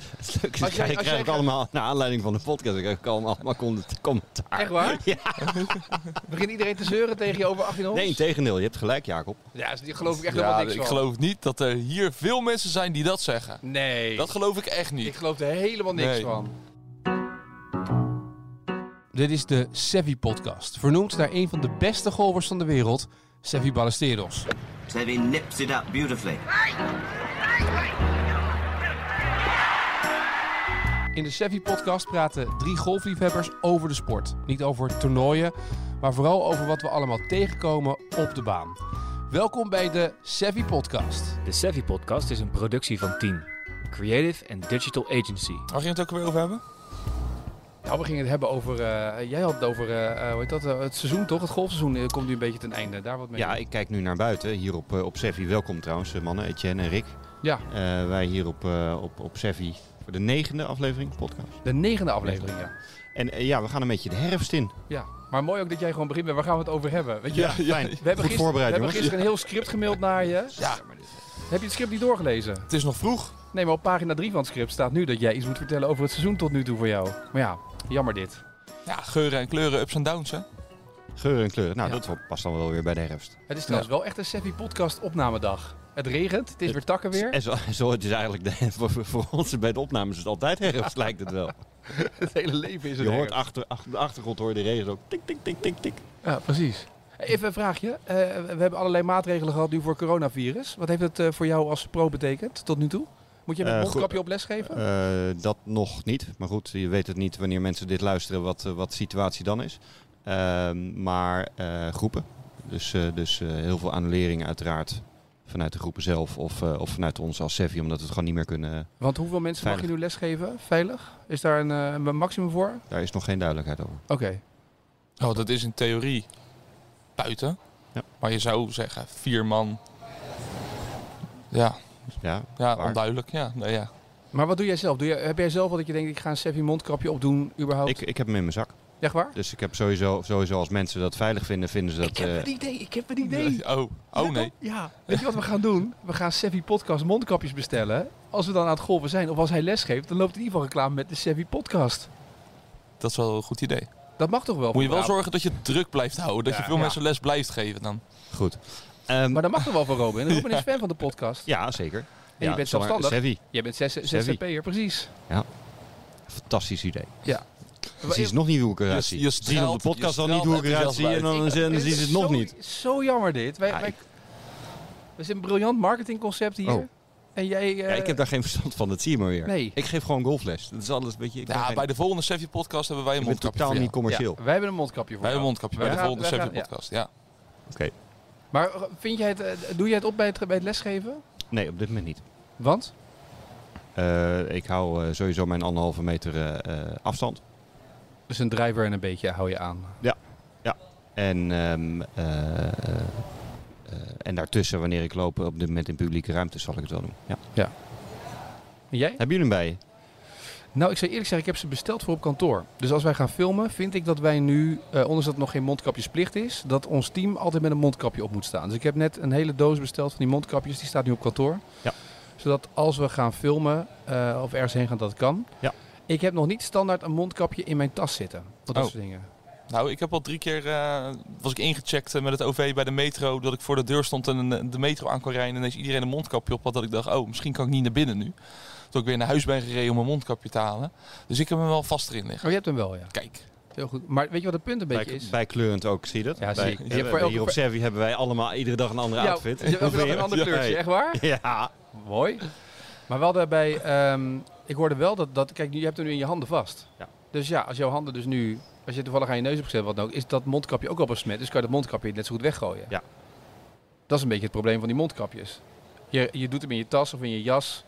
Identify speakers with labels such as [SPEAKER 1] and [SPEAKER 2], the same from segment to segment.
[SPEAKER 1] stukjes
[SPEAKER 2] Als je-
[SPEAKER 1] dus krijg,
[SPEAKER 2] als
[SPEAKER 1] krijg
[SPEAKER 2] jij
[SPEAKER 1] ik
[SPEAKER 2] gaat-
[SPEAKER 1] allemaal, naar aanleiding van de podcast, krijg ik allemaal allemaal con- commentaar.
[SPEAKER 2] Echt waar? Ja. Begint iedereen te zeuren tegen je over 18 holes?
[SPEAKER 1] Nee, in tegendeel, je hebt gelijk Jacob.
[SPEAKER 2] Ja, dus die geloof ik echt
[SPEAKER 3] Ja,
[SPEAKER 2] helemaal niks
[SPEAKER 3] ik
[SPEAKER 2] van.
[SPEAKER 3] geloof niet dat er hier veel mensen zijn die dat zeggen.
[SPEAKER 2] Nee,
[SPEAKER 3] Dat geloof ik echt
[SPEAKER 2] ik
[SPEAKER 3] niet.
[SPEAKER 2] geloof er helemaal niks
[SPEAKER 3] Nee.
[SPEAKER 2] van.
[SPEAKER 4] Dit is de Sevi Podcast, vernoemd naar een van de beste golfers van de wereld, Sevi Ballesteros.
[SPEAKER 5] Seve nips it up beautifully.
[SPEAKER 4] In de Sevi Podcast praten drie golfliefhebbers over de sport. Niet over toernooien, maar vooral over wat we allemaal tegenkomen op de baan. Welkom bij de Sevi Podcast.
[SPEAKER 6] De Savvy Podcast is een productie van Team, Creative and Digital Agency.
[SPEAKER 3] Waar ging het ook weer over hebben?
[SPEAKER 2] Nou, we gingen het hebben over, eh, jij had het over, eh, eh, hoe heet dat, eh, het seizoen toch? Het golfseizoen eh, komt nu een beetje ten einde. Daar wat mee.
[SPEAKER 1] Ja, ik kijk nu naar buiten hier op, eh, op Seffi. Welkom trouwens, eh, mannen, Etienne en Rick.
[SPEAKER 2] Ja.
[SPEAKER 1] Eh, wij hier op, eh op, op Seffi voor de negende aflevering podcast.
[SPEAKER 2] De negende aflevering, ja.
[SPEAKER 1] En eh, ja, we gaan een beetje de herfst in.
[SPEAKER 2] ja. Maar mooi ook dat jij gewoon begint met, waar gaan we het over hebben? Weet je,
[SPEAKER 1] fijn.
[SPEAKER 2] we hebben,
[SPEAKER 1] Goed
[SPEAKER 2] gisteren, we
[SPEAKER 1] voorbereid,
[SPEAKER 2] hebben
[SPEAKER 1] jongens.
[SPEAKER 2] gisteren een heel script gemaild naar je.
[SPEAKER 3] Ja.
[SPEAKER 2] Heb je het script niet doorgelezen?
[SPEAKER 3] Het is nog vroeg.
[SPEAKER 2] Nee, maar op pagina 3 van het script staat nu dat jij iets moet vertellen over het seizoen tot nu toe voor jou. Maar ja, jammer dit.
[SPEAKER 3] Ja, geuren en kleuren, ups en downs, hè?
[SPEAKER 1] Geuren en kleuren. Nou,
[SPEAKER 2] Ja.
[SPEAKER 1] dat past dan wel weer bij de herfst.
[SPEAKER 2] Het is trouwens wel echt een Seffi podcast opnamedag. Het regent, het is weer takken weer.
[SPEAKER 1] En zo, zo het is eigenlijk de, voor, voor- voor ons bij de opnames is het altijd herfst, lijkt het wel.
[SPEAKER 2] Het hele leven is
[SPEAKER 1] Je
[SPEAKER 2] een
[SPEAKER 1] hoort achter, achter de achtergrond hoor je de regen ook tik, tik, tik, tik, tik.
[SPEAKER 2] Ja, precies. Even een vraagje. Eh, we hebben allerlei maatregelen gehad nu voor coronavirus. Wat heeft het eh, voor jou als pro betekend tot nu toe? Moet je met
[SPEAKER 1] Eh,
[SPEAKER 2] een
[SPEAKER 1] goed.
[SPEAKER 2] mondkapje op les geven?
[SPEAKER 1] Eh, dat nog niet. Maar goed, je weet het niet wanneer mensen dit luisteren, wat, eh, wat de situatie dan is. Ehm, maar eh, groepen. Dus, eh, dus eh, heel veel annuleringen uiteraard. Vanuit de groepen zelf of, eh, of vanuit ons als Sevi, omdat we het gewoon niet meer kunnen.
[SPEAKER 2] Want hoeveel mensen mag je
[SPEAKER 1] veilig.
[SPEAKER 2] nu lesgeven? Veilig? Is daar een, eh, een maximum voor? Oké.
[SPEAKER 1] Daar is nog geen duidelijkheid over.
[SPEAKER 3] Oh, dat is in theorie buiten.
[SPEAKER 1] Ja.
[SPEAKER 3] Maar je zou zeggen, vier man. Ja,
[SPEAKER 1] Ja,
[SPEAKER 3] ja
[SPEAKER 1] Waar?
[SPEAKER 3] onduidelijk. Ja, nee, ja.
[SPEAKER 2] Maar wat doe jij zelf? Doe jij, heb jij zelf wel dat je denkt, ik ga een Seffi mondkapje opdoen überhaupt?
[SPEAKER 1] ik, ik heb hem in mijn zak.
[SPEAKER 2] Echt waar?
[SPEAKER 1] Dus ik heb sowieso, sowieso als mensen dat veilig vinden, vinden ze dat. eh,
[SPEAKER 2] idee, ik heb een
[SPEAKER 3] Oh, oh nee.
[SPEAKER 2] Ja, weet je wat we gaan doen? We gaan Sevi Podcast mondkapjes bestellen. Als we dan aan het golven zijn of als hij lesgeeft, dan loopt in ieder geval reclame met de Sevi Podcast.
[SPEAKER 3] Dat is wel een goed idee.
[SPEAKER 2] Dat mag toch wel?
[SPEAKER 3] Moet
[SPEAKER 2] voor
[SPEAKER 3] je wel
[SPEAKER 2] Robin?
[SPEAKER 3] zorgen dat je het druk blijft houden. Dat je veel
[SPEAKER 2] ja.
[SPEAKER 3] mensen les blijft geven dan.
[SPEAKER 1] Goed. Ehm,
[SPEAKER 2] Maar dat mag toch wel voor Robin? En Robin is fan van de podcast.
[SPEAKER 1] ja, zeker.
[SPEAKER 2] je
[SPEAKER 1] ja,
[SPEAKER 2] bent
[SPEAKER 1] zomaar-
[SPEAKER 2] zelfstandig.
[SPEAKER 1] Sevi,
[SPEAKER 2] Jij bent zes-
[SPEAKER 1] Sevi.
[SPEAKER 2] ZZP'er, precies.
[SPEAKER 1] fantastisch idee.
[SPEAKER 2] Wa-
[SPEAKER 1] Precies nog niet hoe ik eruit zie.
[SPEAKER 3] Je- je
[SPEAKER 1] Ze zien op
[SPEAKER 3] straalt-
[SPEAKER 1] de podcast
[SPEAKER 3] je
[SPEAKER 1] al niet hoe ik
[SPEAKER 3] straalt
[SPEAKER 1] eruit zie en
[SPEAKER 3] enthousiasme
[SPEAKER 1] dan, dan
[SPEAKER 2] Dit
[SPEAKER 1] zien
[SPEAKER 2] is
[SPEAKER 1] ze het nog
[SPEAKER 2] zo-
[SPEAKER 1] niet.
[SPEAKER 2] Zo jammer dit. Wij,
[SPEAKER 1] Ja,
[SPEAKER 2] wij,
[SPEAKER 1] ik-
[SPEAKER 2] we zijn een briljant marketingconcept hier.
[SPEAKER 1] Oh.
[SPEAKER 2] En jij... eh,
[SPEAKER 1] Ja, ik heb daar geen verstand van, dat zie je maar weer.
[SPEAKER 2] Nee.
[SPEAKER 1] Ik geef gewoon golfles. Dat is alles, weet je. Ik ben,
[SPEAKER 3] Ja,
[SPEAKER 1] geen-
[SPEAKER 3] bij de volgende Sefje podcast hebben wij een
[SPEAKER 1] ik ben
[SPEAKER 3] mondkapje.
[SPEAKER 1] totaal
[SPEAKER 3] voor
[SPEAKER 1] niet
[SPEAKER 3] jou.
[SPEAKER 1] commercieel.
[SPEAKER 2] Ja, wij hebben een mondkapje voor
[SPEAKER 3] Wij hebben een
[SPEAKER 2] jou.
[SPEAKER 3] mondkapje bij
[SPEAKER 2] Wij
[SPEAKER 3] de
[SPEAKER 2] gaan-
[SPEAKER 3] volgende
[SPEAKER 2] wij
[SPEAKER 3] Sefje
[SPEAKER 2] gaan- ja.
[SPEAKER 3] podcast. Ja.
[SPEAKER 2] Maar eh, vind jij het, eh, doe jij het op bij het, bij het lesgeven?
[SPEAKER 1] Nee, op dit moment niet.
[SPEAKER 2] Want?
[SPEAKER 1] Eh, ik hou eh, sowieso mijn anderhalve meter eh, eh, afstand.
[SPEAKER 2] Dus een driver en een beetje hou je aan.
[SPEAKER 1] En, ehm, eh, eh, eh, en daartussen, wanneer ik loop op dit moment in publieke ruimte, zal ik het wel doen. Ja.
[SPEAKER 2] En jij?
[SPEAKER 1] Hebben jullie hem bij je?
[SPEAKER 2] Nou, ik zou eerlijk zeggen, ik heb ze besteld voor op kantoor. Dus als wij gaan filmen, vind ik dat wij nu, eh, ondanks dat het nog geen mondkapjesplicht is, dat ons team altijd met een mondkapje op moet staan. Dus ik heb net een hele doos besteld van die mondkapjes, die staat nu op kantoor.
[SPEAKER 1] Ja.
[SPEAKER 2] Zodat als we gaan filmen eh, of ergens heen gaan, dat kan.
[SPEAKER 1] Ja.
[SPEAKER 2] Ik heb nog niet standaard een mondkapje in mijn tas zitten. Dat
[SPEAKER 3] Oh.
[SPEAKER 2] soort dingen.
[SPEAKER 3] Nou, ik heb al drie keer eh, was ik ingecheckt eh, met het OV bij de metro. Dat ik voor de deur stond en eh, de metro aan kon rijden. En ineens iedereen een mondkapje op had. Dat ik dacht, oh, misschien kan ik niet naar binnen nu. Toen ik weer naar huis ben gereden om mijn mondkapje te halen. Dus ik heb hem wel vast erin
[SPEAKER 2] Oh,
[SPEAKER 3] liggen.
[SPEAKER 2] je hebt hem wel, ja.
[SPEAKER 3] Kijk,
[SPEAKER 2] Heel goed. Maar weet je wat het punt een beetje
[SPEAKER 1] Bij,
[SPEAKER 2] is?
[SPEAKER 1] bijkleurend ook, zie je dat?
[SPEAKER 2] Ja,
[SPEAKER 1] Bij-
[SPEAKER 2] zie ik. Je
[SPEAKER 1] eh,
[SPEAKER 2] hebt voor elke-
[SPEAKER 1] hier op Servi hebben wij allemaal iedere dag een andere
[SPEAKER 2] Ja,
[SPEAKER 1] outfit.
[SPEAKER 2] je hebt ook
[SPEAKER 1] Hoe
[SPEAKER 2] nog
[SPEAKER 1] vind
[SPEAKER 2] een
[SPEAKER 1] je
[SPEAKER 2] ander
[SPEAKER 1] het?
[SPEAKER 2] kleurtje, echt waar?
[SPEAKER 1] Ja. Ja.
[SPEAKER 2] Mooi. Maar wel daarbij, ehm, ik hoorde wel dat, dat kijk, nu- je hebt hem nu in je handen vast.
[SPEAKER 1] Ja.
[SPEAKER 2] Dus ja, als jouw handen dus nu, als je toevallig aan je neus hebt gezet, wat dan ook, is dat mondkapje ook al besmet. Dus kan je dat mondkapje net zo goed weggooien.
[SPEAKER 1] Ja.
[SPEAKER 2] Dat is een beetje het probleem van die mondkapjes. Je, je doet hem in je tas of in je jas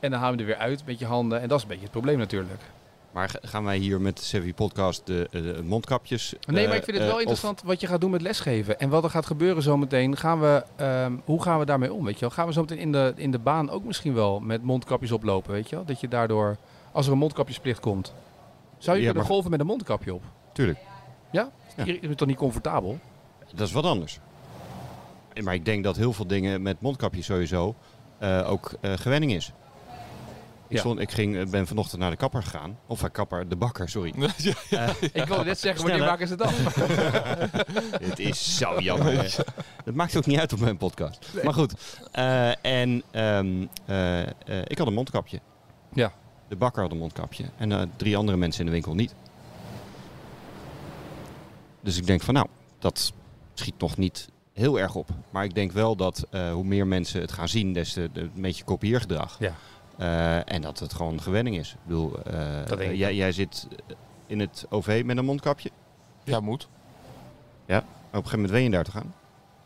[SPEAKER 2] en dan haal je hem er weer uit met je handen. En dat is een beetje het probleem natuurlijk.
[SPEAKER 1] Maar ga- gaan wij hier met de Sevi podcast de, eh, de mondkapjes...
[SPEAKER 2] Nee,
[SPEAKER 1] eh,
[SPEAKER 2] maar ik vind het
[SPEAKER 1] eh,
[SPEAKER 2] wel
[SPEAKER 1] of-
[SPEAKER 2] interessant wat je gaat doen met lesgeven. En wat er gaat gebeuren zometeen. Gaan we, ehm, hoe gaan we daarmee om? Weet je wel? Gaan we zometeen in de, in de baan ook misschien wel met mondkapjes oplopen? Weet je wel? Dat je daardoor, als er een mondkapjesplicht komt, zou je
[SPEAKER 1] Ja,
[SPEAKER 2] kunnen
[SPEAKER 1] maar-
[SPEAKER 2] golven met een mondkapje op?
[SPEAKER 1] Tuurlijk.
[SPEAKER 2] Ja?
[SPEAKER 1] Ja.
[SPEAKER 2] Je bent toch niet comfortabel?
[SPEAKER 1] Dat is wat anders. Maar ik denk dat heel veel dingen met mondkapjes sowieso eh, ook eh, gewenning is. Ik,
[SPEAKER 2] Ja.
[SPEAKER 1] stond, ik ging, ben vanochtend naar de kapper gegaan. Of naar kapper, de bakker, sorry.
[SPEAKER 3] Ja,
[SPEAKER 2] Ik wilde net zeggen,
[SPEAKER 1] Snel,
[SPEAKER 2] wanneer
[SPEAKER 1] hè?
[SPEAKER 2] maken ze dat?
[SPEAKER 1] Het is zo jammer. Dat maakt ook niet uit op mijn podcast. Maar goed. eh, en ehm, eh, eh, ik had een mondkapje.
[SPEAKER 2] Ja.
[SPEAKER 1] De bakker had een mondkapje. En eh, drie andere mensen in de winkel niet. Dus ik denk van nou, dat schiet nog niet heel erg op. Maar ik denk wel dat eh, hoe meer mensen het gaan zien, des te de, een beetje kopieergedrag.
[SPEAKER 2] Ja.
[SPEAKER 1] Eh, en dat het gewoon gewenning is. Ik bedoel, eh,
[SPEAKER 2] Dat denk ik.
[SPEAKER 1] jij, jij zit in het OV met een mondkapje.
[SPEAKER 3] ja moet.
[SPEAKER 1] Maar op een gegeven moment wen je daar te gaan.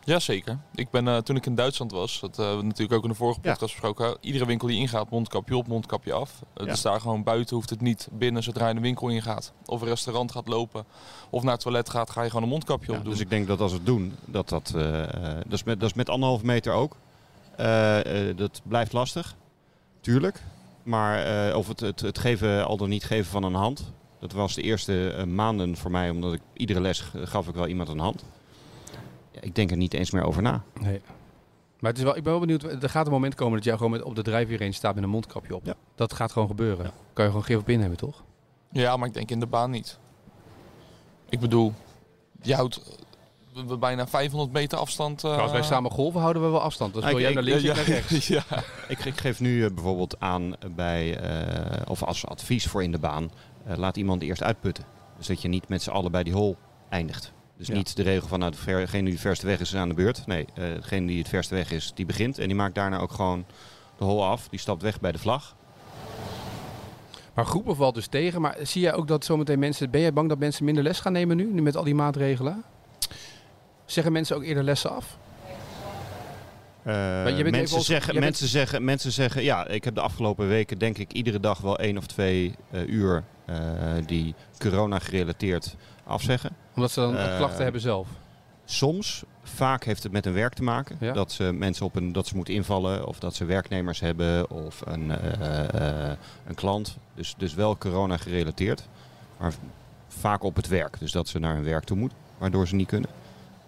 [SPEAKER 3] Jazeker. Ik ben, eh, toen ik in Duitsland was, dat hebben we natuurlijk ook in de vorige
[SPEAKER 1] Ja.
[SPEAKER 3] podcast besproken. eh, Iedere winkel die ingaat, mondkapje op, mondkapje af. Het
[SPEAKER 1] Ja.
[SPEAKER 3] Dus daar gewoon buiten hoeft het niet. Binnen, zodra je de winkel ingaat. Of een restaurant gaat lopen. Of naar het toilet gaat, ga je gewoon een mondkapje
[SPEAKER 1] Ja,
[SPEAKER 3] op doen.
[SPEAKER 1] dus ik denk dat als we het doen, dat dat, eh, eh, dat, is met, dat is met anderhalve meter ook. Eh, eh, dat blijft lastig, tuurlijk. Maar eh, of het, het, het geven, al dan niet geven van een hand. Dat was de eerste eh, maanden voor mij, omdat ik iedere les g- gaf ik wel iemand een hand. Ja, ik denk er niet eens meer over na.
[SPEAKER 2] Nee. Maar het is wel, ik ben wel benieuwd, er gaat een moment komen dat jij gewoon met, op de drijfveer staat met een mondkapje op.
[SPEAKER 1] Ja.
[SPEAKER 2] Dat gaat gewoon gebeuren. Kan je gewoon gif op in hebben, toch?
[SPEAKER 3] Ja, maar ik denk in de baan niet. Ik bedoel, je houdt eh, b- bijna 500 meter afstand. eh,
[SPEAKER 2] Als wij samen golven houden we wel afstand. Dus
[SPEAKER 1] Ah,
[SPEAKER 2] wil
[SPEAKER 1] ik-
[SPEAKER 2] jij naar
[SPEAKER 1] ik-
[SPEAKER 2] links,
[SPEAKER 3] ja,
[SPEAKER 2] ik naar rechts.
[SPEAKER 3] ja.
[SPEAKER 1] Ik, ik geef nu eh, bijvoorbeeld aan bij, eh, of als advies voor in de baan, eh, laat iemand eerst uitputten. Dus dat je niet met z'n allen bij die hol eindigt. Dus
[SPEAKER 2] Ja.
[SPEAKER 1] niet de regel van nou, de ver- degene die het verste weg is, is aan de beurt. Nee, eh, degene die het verste weg is, die begint. En die maakt daarna ook gewoon de hol af. Die stapt weg bij de vlag.
[SPEAKER 2] Maar groepen valt dus tegen. Maar zie jij ook dat zometeen mensen... Ben jij bang dat mensen minder les gaan nemen nu? Nu met al die maatregelen? Zeggen mensen ook eerder lessen af?
[SPEAKER 1] Eh,
[SPEAKER 2] je bent even
[SPEAKER 1] mensen,
[SPEAKER 2] als-
[SPEAKER 1] zeggen,
[SPEAKER 2] jij bent-
[SPEAKER 1] mensen, zeggen, mensen zeggen, ja, ik heb de afgelopen weken denk ik iedere dag wel één of twee eh, uur eh, die corona gerelateerd afzeggen.
[SPEAKER 2] Omdat ze dan
[SPEAKER 1] Eh,
[SPEAKER 2] klachten hebben zelf.
[SPEAKER 1] Soms, vaak heeft het met een werk te maken.
[SPEAKER 2] Ja.
[SPEAKER 1] Dat ze mensen op een, dat ze moeten invallen of dat ze werknemers hebben of een, eh, eh, een klant. Dus, dus wel corona gerelateerd. Maar vaak op het werk. Dus dat ze naar hun werk toe moeten, waardoor ze niet kunnen.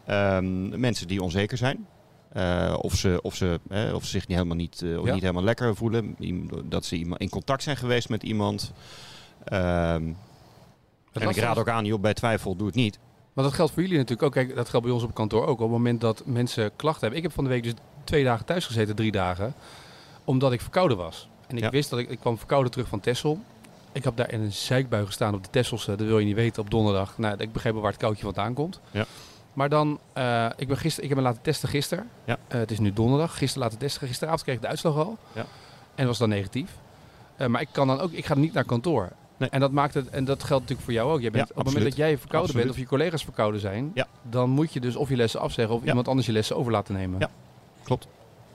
[SPEAKER 1] Ehm, mensen die onzeker zijn. Eh, of, ze, of, ze, eh, of ze zich niet helemaal, niet, eh, of
[SPEAKER 2] Ja.
[SPEAKER 1] niet helemaal lekker voelen. Iem- Dat ze iemand- in contact zijn geweest met iemand. Ehm, en ik
[SPEAKER 2] lastige
[SPEAKER 1] raad ook aan, joh, bij twijfel doe het niet.
[SPEAKER 2] Want dat geldt voor jullie natuurlijk ook. Kijk, dat geldt bij ons op kantoor ook. Op het moment dat mensen klachten hebben. Ik heb van de week dus twee dagen thuis gezeten, drie dagen. Omdat ik verkouden was. En ik
[SPEAKER 1] Ja.
[SPEAKER 2] wist dat ik, ik kwam verkouden terug van Tessel. Ik heb daar in een zeikbui gestaan op de Tesselse. Dat wil je niet weten op donderdag. Nou, ik begreep wel waar het koudje vandaan komt.
[SPEAKER 1] Ja.
[SPEAKER 2] Maar dan, eh, ik, ben gister, ik heb me laten testen gisteren.
[SPEAKER 1] Ja.
[SPEAKER 2] Eh, het is nu donderdag. Gisteren laten testen. Gisteravond kreeg ik de uitslag al.
[SPEAKER 1] Ja.
[SPEAKER 2] En was dan negatief. Eh, maar ik kan dan ook, ik ga niet naar kantoor.
[SPEAKER 1] Nee.
[SPEAKER 2] En dat maakt het, en dat geldt natuurlijk voor jou ook. Jij bent,
[SPEAKER 1] Ja,
[SPEAKER 2] op het moment
[SPEAKER 1] absoluut.
[SPEAKER 2] dat jij verkouden bent
[SPEAKER 1] Absoluut.
[SPEAKER 2] of je collega's verkouden zijn,
[SPEAKER 1] Ja.
[SPEAKER 2] dan moet je dus of je lessen afzeggen of
[SPEAKER 1] Ja.
[SPEAKER 2] iemand anders je lessen over laten nemen.
[SPEAKER 1] Ja, klopt.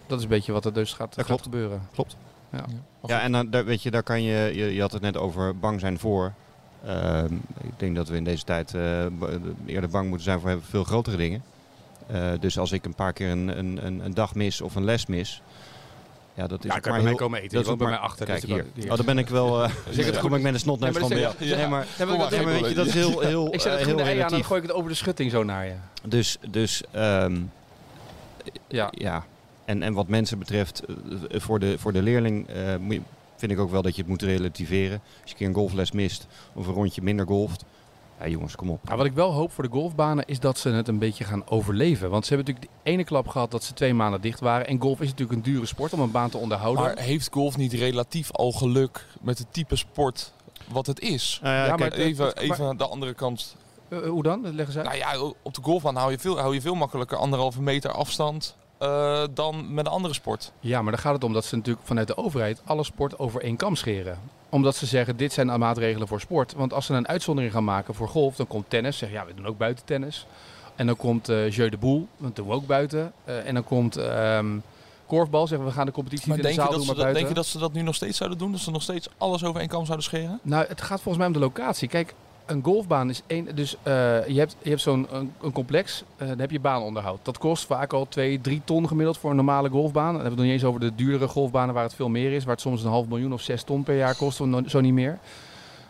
[SPEAKER 2] Dat is een beetje wat er dus gaat, gaat
[SPEAKER 1] klopt.
[SPEAKER 2] gebeuren.
[SPEAKER 1] Klopt.
[SPEAKER 3] Maar
[SPEAKER 1] Ja, en dan, daar, weet je, daar kan je, je, je had het net over bang zijn voor. Ehm, ik denk dat we in deze tijd eh, ba- eerder bang moeten zijn voor veel grotere dingen. Eh, dus als ik een paar keer een, een, een, een dag mis of een les mis, ja, dat is ook maar heel...
[SPEAKER 2] komen
[SPEAKER 1] dat is ook maar- Kijk hier. Oh, daar ben ik wel... eh
[SPEAKER 2] het goed
[SPEAKER 1] zeg het goed, maar ik ben een
[SPEAKER 2] Nee,
[SPEAKER 1] snotneus
[SPEAKER 2] maar
[SPEAKER 1] van
[SPEAKER 2] dat
[SPEAKER 1] Beer.
[SPEAKER 3] zeg- ja.
[SPEAKER 1] Nee, maar,
[SPEAKER 2] Ja, maar
[SPEAKER 3] Kom
[SPEAKER 2] dat-
[SPEAKER 1] nee, maar weet je, dat is heel, heel,
[SPEAKER 2] ik zet het
[SPEAKER 1] eh, heel
[SPEAKER 2] groene ei aan en dan
[SPEAKER 1] relatief.
[SPEAKER 2] gooi ik het over de schutting zo naar je.
[SPEAKER 1] Dus, dus ehm,
[SPEAKER 2] Ja.
[SPEAKER 1] ja. En, en wat mensen betreft, eh, eh, voor de, voor de leerling eh, moet je- vind ik ook wel dat je het moet relativeren. Als je een keer een golfles mist of een rondje minder golft. Ja jongens, kom op.
[SPEAKER 2] Nou, wat ik wel hoop voor de golfbanen is dat ze het een beetje gaan overleven. Want ze hebben natuurlijk de ene klap gehad dat ze twee maanden dicht waren. En golf is natuurlijk een dure sport om een baan te onderhouden.
[SPEAKER 3] Maar heeft golf niet relatief al geluk met het type sport wat het is?
[SPEAKER 1] Nou ja,
[SPEAKER 2] Ja,
[SPEAKER 1] kijk,
[SPEAKER 2] maar- het-
[SPEAKER 3] Even,
[SPEAKER 2] het-
[SPEAKER 3] even aan de andere kant.
[SPEAKER 2] Eh, eh, hoe dan? Dat leggen ze uit.
[SPEAKER 3] Nou ja, op de golfbaan hou je veel, hou je veel makkelijker anderhalve meter afstand eh, dan met een andere sport.
[SPEAKER 2] Ja, maar dan gaat het om dat ze natuurlijk vanuit de overheid alle sport over één kam scheren. Omdat ze zeggen, dit zijn de maatregelen voor sport. Want als ze een uitzondering gaan maken voor golf, dan komt tennis. Zeg, ja, we doen ook buiten tennis. En dan komt eh Jeu de Boel, want doen we ook buiten. Eh, en dan komt ehm, korfbal, zeggen we gaan de competitie
[SPEAKER 3] Maar
[SPEAKER 2] niet in
[SPEAKER 3] denk
[SPEAKER 2] de
[SPEAKER 3] je,
[SPEAKER 2] zaal
[SPEAKER 3] dat
[SPEAKER 2] doen,
[SPEAKER 3] ze
[SPEAKER 2] maar
[SPEAKER 3] dat,
[SPEAKER 2] buiten.
[SPEAKER 3] denk je dat ze dat nu nog steeds zouden doen? Dat ze nog steeds alles over één kam zouden scheren?
[SPEAKER 2] Nou, het gaat volgens mij om de locatie. Kijk, een golfbaan is één. Dus eh, je hebt, je hebt zo'n een, een complex, eh dan heb je baanonderhoud. Dat kost vaak al 2, 3 ton gemiddeld voor een normale golfbaan. Dan hebben we het nog niet eens over de duurdere golfbanen waar het veel meer is, waar het soms een half miljoen of 6 ton per jaar kost, of no- zo niet meer.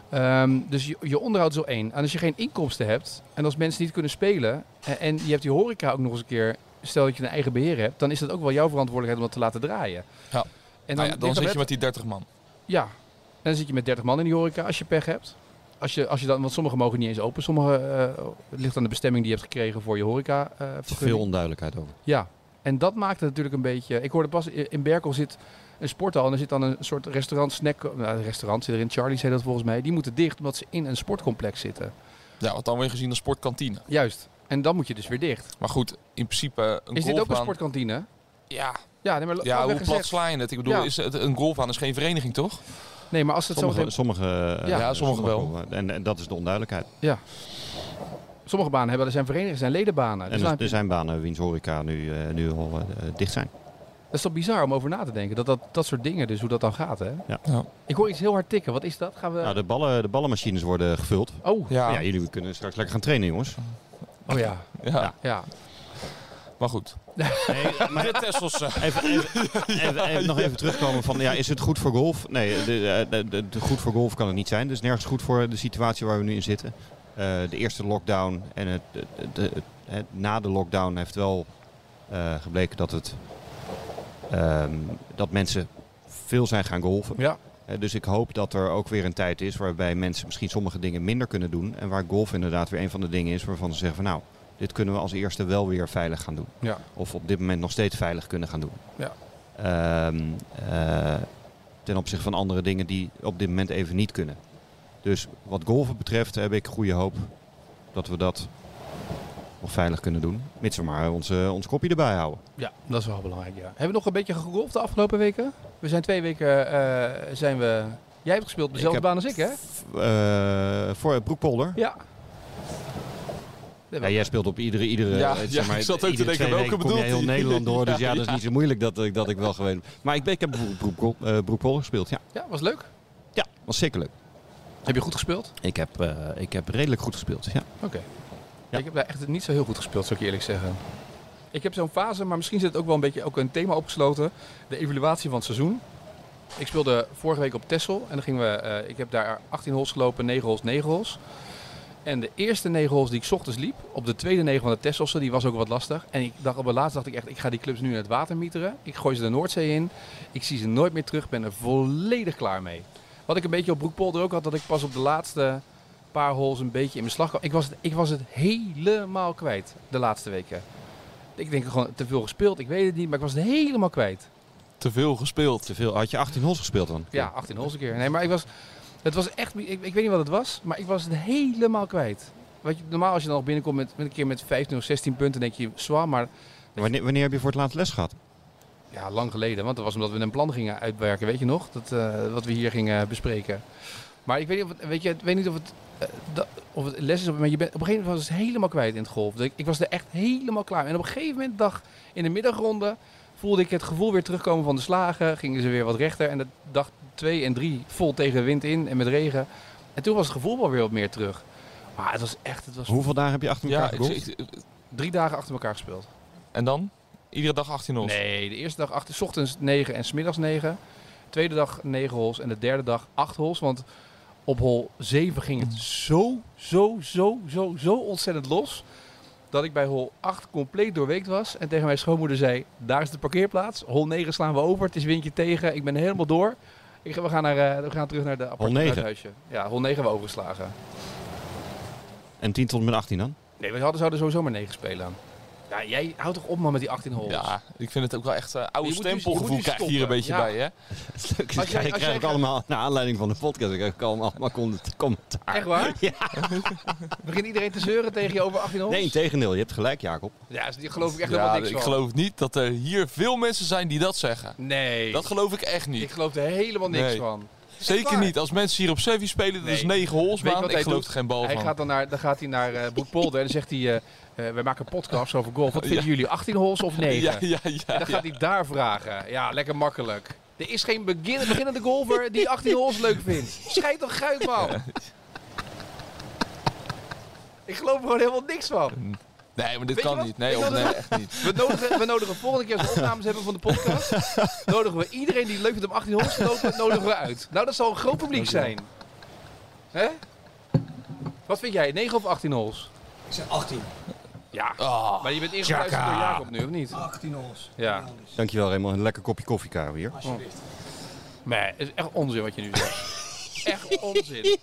[SPEAKER 2] Ehm, dus je, je onderhoud is al één. En als je geen inkomsten hebt en als mensen niet kunnen spelen en, en je hebt die horeca ook nog eens een keer, stel dat je een eigen beheer hebt, dan is dat ook wel jouw verantwoordelijkheid om dat te laten draaien.
[SPEAKER 3] Ja.
[SPEAKER 2] En
[SPEAKER 3] nou ja, dan
[SPEAKER 2] ligt
[SPEAKER 3] zit
[SPEAKER 2] dat
[SPEAKER 3] je met die 30 man.
[SPEAKER 2] Ja, en dan zit je met 30 man in die horeca als je pech hebt. Als je, als je dan, want sommige mogen niet eens open. Sommige, eh, het ligt aan de bestemming die je hebt gekregen voor je horeca eh,
[SPEAKER 1] Veel
[SPEAKER 2] vergunning.
[SPEAKER 1] onduidelijkheid over.
[SPEAKER 2] Ja, en dat maakt het natuurlijk een beetje... Ik hoorde pas, in Berkel zit een sporthal en er zit dan een soort restaurant, snack... Nou, een restaurant zit erin, Charlie's heet dat volgens mij. Die moeten dicht omdat ze in een sportcomplex zitten.
[SPEAKER 3] Ja, wat dan weer gezien als sportkantine.
[SPEAKER 2] Juist. En dan moet je dus weer dicht.
[SPEAKER 3] Maar goed, in principe een
[SPEAKER 2] Is dit ook een
[SPEAKER 3] golfbaan-
[SPEAKER 2] sportkantine?
[SPEAKER 3] Ja,
[SPEAKER 2] Ja, nee, maar
[SPEAKER 3] ja
[SPEAKER 2] ja,
[SPEAKER 3] hoe plat sla je het? Ik bedoel,
[SPEAKER 2] Ja.
[SPEAKER 3] is het, een golfbaan is geen vereniging, toch?
[SPEAKER 2] Nee, maar als het zo
[SPEAKER 1] Sommige, sommige, eh,
[SPEAKER 2] Ja,
[SPEAKER 1] eh,
[SPEAKER 3] sommige wel.
[SPEAKER 1] En, en dat is de onduidelijkheid.
[SPEAKER 2] Sommige banen hebben, er zijn verenigingen, zijn ledenbanen. Dus
[SPEAKER 1] En
[SPEAKER 2] dan
[SPEAKER 1] er,
[SPEAKER 2] heb je-
[SPEAKER 1] er zijn banen wiens horeca nu, eh, nu al eh, dicht zijn.
[SPEAKER 2] dat is toch bizar om over na te denken. Dat, dat, dat soort dingen, dus hoe dat dan gaat. Hè?
[SPEAKER 1] Ja.
[SPEAKER 3] Ja.
[SPEAKER 2] Ik hoor iets heel hard tikken. Wat is dat? Gaan we...
[SPEAKER 1] Nou, de, ballen, de ballenmachines worden gevuld.
[SPEAKER 2] Oh,
[SPEAKER 1] Ja. jullie kunnen straks lekker gaan trainen, jongens.
[SPEAKER 2] oh ja.
[SPEAKER 3] ja.
[SPEAKER 1] Ja.
[SPEAKER 2] ja.
[SPEAKER 3] maar goed. De Tessels. eh,
[SPEAKER 1] Even, even, even- even- nog even terugkomen van, ja, is het goed voor golf? Nee, de, eh, de- de- de- goed voor golf kan het niet zijn. Dus nergens goed voor de situatie waar we nu in zitten. Eh, de eerste lockdown en het, het- het- het- het- na de lockdown heeft wel eh, gebleken dat, het, ehm, dat mensen veel zijn gaan golven.
[SPEAKER 2] Ja.
[SPEAKER 1] Eh, dus ik hoop dat er ook weer een tijd is waarbij mensen misschien sommige dingen minder kunnen doen. En waar golf inderdaad weer een van de dingen is waarvan ze zeggen van nou, dit kunnen we als eerste wel weer veilig gaan doen.
[SPEAKER 2] Ja.
[SPEAKER 1] Of op dit moment nog steeds veilig kunnen gaan doen.
[SPEAKER 2] Ja.
[SPEAKER 1] Ehm, eh, ten opzichte van andere dingen die op dit moment even niet kunnen. Dus wat golven betreft heb ik goede hoop dat we dat nog veilig kunnen doen. Mits we maar ons, eh, ons kopje erbij houden.
[SPEAKER 2] Ja, dat is wel belangrijk, ja. Hebben we nog een beetje gegolfd de afgelopen weken? We zijn twee weken, eh, zijn we... Jij hebt gespeeld op dezelfde
[SPEAKER 1] Ik
[SPEAKER 2] baan als ik, hè?
[SPEAKER 1] F- eh, voor Broekpolder.
[SPEAKER 2] Ja.
[SPEAKER 1] Ja, jij speelt op iedere... iedere
[SPEAKER 3] Ja,
[SPEAKER 1] eh,
[SPEAKER 3] ja,
[SPEAKER 1] zeg maar,
[SPEAKER 3] ik zat ook te
[SPEAKER 1] iedere
[SPEAKER 3] denken,
[SPEAKER 1] twee
[SPEAKER 3] welke
[SPEAKER 1] weken kom jij
[SPEAKER 3] bedoelt
[SPEAKER 1] heel
[SPEAKER 3] hij?
[SPEAKER 1] Nederland door, dus ja,
[SPEAKER 3] Ja,
[SPEAKER 1] dat is
[SPEAKER 3] ja.
[SPEAKER 1] niet zo moeilijk dat, ik- dat ik wel gewend ben. Maar ik, ben- ik heb bijvoorbeeld Broekpol- eh, Broekpolder gespeeld, ja.
[SPEAKER 2] Ja, was leuk.
[SPEAKER 1] Ja, was zeker leuk.
[SPEAKER 2] Heb je goed gespeeld?
[SPEAKER 1] Ik heb, eh, ik heb redelijk goed gespeeld, ja.
[SPEAKER 2] Oké.
[SPEAKER 1] Ja.
[SPEAKER 2] Ik heb daar echt niet zo heel goed gespeeld, zou ik je eerlijk zeggen. Ik heb zo'n fase, maar misschien zit het ook wel een beetje ook een thema opgesloten. De evaluatie van het seizoen. Ik speelde vorige week op Texel en dan gingen we, eh, ik heb daar 18 holes gelopen, 9 holes, 9 holes. En de eerste 9 holes die ik 's ochtends liep, op de tweede 9 van de Tesselse, die was ook wat lastig. En ik dacht, op het laatst dacht ik echt, ik ga die clubs nu in het water mieteren. Ik gooi ze de Noordzee in, ik zie ze nooit meer terug, ben er volledig klaar mee. Wat ik een beetje op Broekpolder ook had, dat ik pas op de laatste paar holes een beetje in mijn slag kwam. Ik was het, ik was het helemaal kwijt de laatste weken. Ik denk gewoon te veel gespeeld, ik weet het niet, maar ik was het helemaal kwijt.
[SPEAKER 3] Te veel gespeeld.
[SPEAKER 1] Te veel. Had je 18 holes gespeeld dan?
[SPEAKER 2] Ja, 18 holes een keer. Nee, maar ik was, het was echt, ik, ik weet niet wat het was, maar ik was het helemaal kwijt. Wat je, normaal als je dan nog binnenkomt met, met een keer met 15 of 16 punten, denk je, zwaar, maar
[SPEAKER 1] Wanneer, wanneer heb je voor het laatst les gehad?
[SPEAKER 2] ja, lang geleden. Want dat was omdat we een plan gingen uitwerken, weet je nog? Dat, eh, wat we hier gingen bespreken. Maar ik weet niet of het, weet je, ik weet niet of het, eh, dat- of het les is, maar je bent, op een gegeven moment was het helemaal kwijt in het golf. Dus ik, ik was er echt helemaal klaar mee. En op een gegeven moment, dag in de middagronde, voelde ik het gevoel weer terugkomen van de slagen. Gingen ze weer wat rechter en dat dag twee en drie vol tegen wind in en met regen. En toen was het gevoel wel weer wat meer terug. Maar het was echt, het was
[SPEAKER 1] Hoeveel dagen heb je achter elkaar
[SPEAKER 3] Ja,
[SPEAKER 1] gegolfd?
[SPEAKER 3] ik- ik-
[SPEAKER 2] drie dagen achter elkaar gespeeld.
[SPEAKER 3] en dan? Iedere dag 18 holes.
[SPEAKER 2] Nee, de eerste dag achter, 's ochtends 9 en 's middags 9. Tweede dag 9 holes en de derde dag 8 holes. Want op hol 7 ging het zo, zo, zo, zo, zo ontzettend los. Dat ik bij hol 8 compleet doorweekt was. En tegen mijn schoonmoeder zei, daar is de parkeerplaats. Hol 9 slaan we over, het is windje tegen. Ik ben helemaal door. Ik, ga- we, gaan naar, eh, we gaan terug naar de appartementenhuisje. Ja, hol 9 hebben we overgeslagen.
[SPEAKER 1] En 10 tot en met 18 dan?
[SPEAKER 2] Nee, we hadden, zouden sowieso maar 9 spelen. Ja, jij houdt toch op man met die 18 holes.
[SPEAKER 3] Ja, ik vind het ook wel echt eh, oude
[SPEAKER 2] Je moet nu- je moet
[SPEAKER 3] stempelgevoel
[SPEAKER 2] nu
[SPEAKER 3] krijg je hier een
[SPEAKER 2] stoppen.
[SPEAKER 3] beetje
[SPEAKER 2] Ja.
[SPEAKER 3] bij, hè?
[SPEAKER 1] Het leuke
[SPEAKER 2] Als
[SPEAKER 1] Dus
[SPEAKER 2] jij-
[SPEAKER 1] krijg
[SPEAKER 2] als jij
[SPEAKER 1] ik
[SPEAKER 2] gaat-
[SPEAKER 1] allemaal, naar aanleiding van de podcast, ik krijg ik allemaal, allemaal comment- commentaar.
[SPEAKER 2] Echt waar? Ja. Begint iedereen te zeuren tegen je over
[SPEAKER 3] Oh.
[SPEAKER 2] 18 holes?
[SPEAKER 1] Nee, in tegendeel, je hebt gelijk, Jacob.
[SPEAKER 2] Ja, dus die geloof ik echt
[SPEAKER 3] Ja,
[SPEAKER 2] helemaal niks
[SPEAKER 3] ik
[SPEAKER 2] van.
[SPEAKER 3] geloof niet dat er hier veel mensen zijn die dat zeggen.
[SPEAKER 2] Nee,
[SPEAKER 3] Dat geloof ik echt niet.
[SPEAKER 2] ik geloof er helemaal niks
[SPEAKER 3] Nee.
[SPEAKER 2] van.
[SPEAKER 3] Zeker
[SPEAKER 2] waar?
[SPEAKER 3] niet. Als mensen hier op Sevi spelen, dat is
[SPEAKER 2] Nee.
[SPEAKER 3] 9 holes,
[SPEAKER 2] Weet je
[SPEAKER 3] maar
[SPEAKER 2] wat
[SPEAKER 3] ik
[SPEAKER 2] hij
[SPEAKER 3] geloof
[SPEAKER 2] doet?
[SPEAKER 3] er geen bal
[SPEAKER 2] Hij
[SPEAKER 3] van.
[SPEAKER 2] gaat dan naar, dan gaat hij naar eh Broekpolder en dan zegt hij... eh, eh, wij maken podcasts over golf. Wat vinden jullie, 18 holes of 9?
[SPEAKER 3] ja, ja, ja,
[SPEAKER 2] Dan
[SPEAKER 3] ja.
[SPEAKER 2] gaat hij daar vragen. Ja, lekker makkelijk. Er is geen begin, beginnende golfer die 18 holes leuk vindt. Schijt toch guit, man. Ik geloof er gewoon helemaal niks van.
[SPEAKER 3] Nee, maar dit
[SPEAKER 2] Weet je
[SPEAKER 3] kan
[SPEAKER 2] wat?
[SPEAKER 3] niet. Nee,
[SPEAKER 2] Weet je
[SPEAKER 3] oh,
[SPEAKER 2] wat
[SPEAKER 3] nee,
[SPEAKER 2] het
[SPEAKER 3] echt niet.
[SPEAKER 2] We nodigen, we nodigen volgende keer als we opnames hebben van de podcast. nodigen we iedereen die leuk vindt om 18 holes te lopen, nodigen we uit. Nou, dat zal een groot publiek zijn. Hè? Wat vind jij, 9 of 18 holes?
[SPEAKER 7] Ik zeg 18.
[SPEAKER 2] Ja.
[SPEAKER 3] Ah,
[SPEAKER 2] Maar je bent ingeluisterd door Jacob nu, of niet?
[SPEAKER 7] 18 holes.
[SPEAKER 2] Ja.
[SPEAKER 7] dus
[SPEAKER 1] Dankjewel Raymond, een lekker kopje koffie krijgen we hier.
[SPEAKER 7] alsjeblieft.
[SPEAKER 2] Nee, het is echt onzin wat je nu zegt. echt onzin.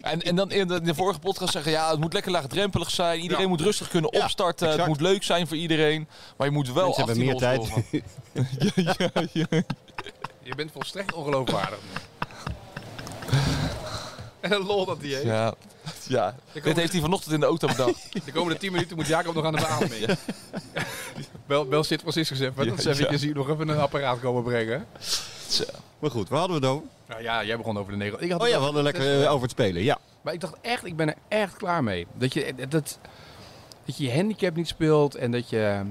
[SPEAKER 3] En, en dan in de, in de vorige podcast zeggen, ja, het moet lekker laagdrempelig zijn. Iedereen moet rustig kunnen opstarten. het
[SPEAKER 1] exact.
[SPEAKER 3] moet leuk zijn voor iedereen. Maar je moet wel
[SPEAKER 1] Mensen hebben
[SPEAKER 3] 18
[SPEAKER 1] meer
[SPEAKER 3] goals
[SPEAKER 1] tijd.
[SPEAKER 3] scoren.
[SPEAKER 2] Je bent volstrekt ongeloofwaardig. En een lol dat die heeft.
[SPEAKER 3] Ja, ja. dit heeft hij vanochtend in de auto bedacht.
[SPEAKER 2] De komende 10 minuten moet Jacob nog aan de baan mee. Bel, bel zit Franciscus even,
[SPEAKER 3] Ja,
[SPEAKER 2] dat ze eventjes hier nog even een apparaat komen brengen.
[SPEAKER 1] Maar goed, waar hadden we het over?
[SPEAKER 2] Nou ja, jij begon over de negel. Ik had
[SPEAKER 1] Oh ja, we hadden lekker eh, over het spelen. Ja,
[SPEAKER 2] Maar ik dacht echt, ik ben er echt klaar mee. Dat je dat, dat je, je handicap niet speelt en dat je...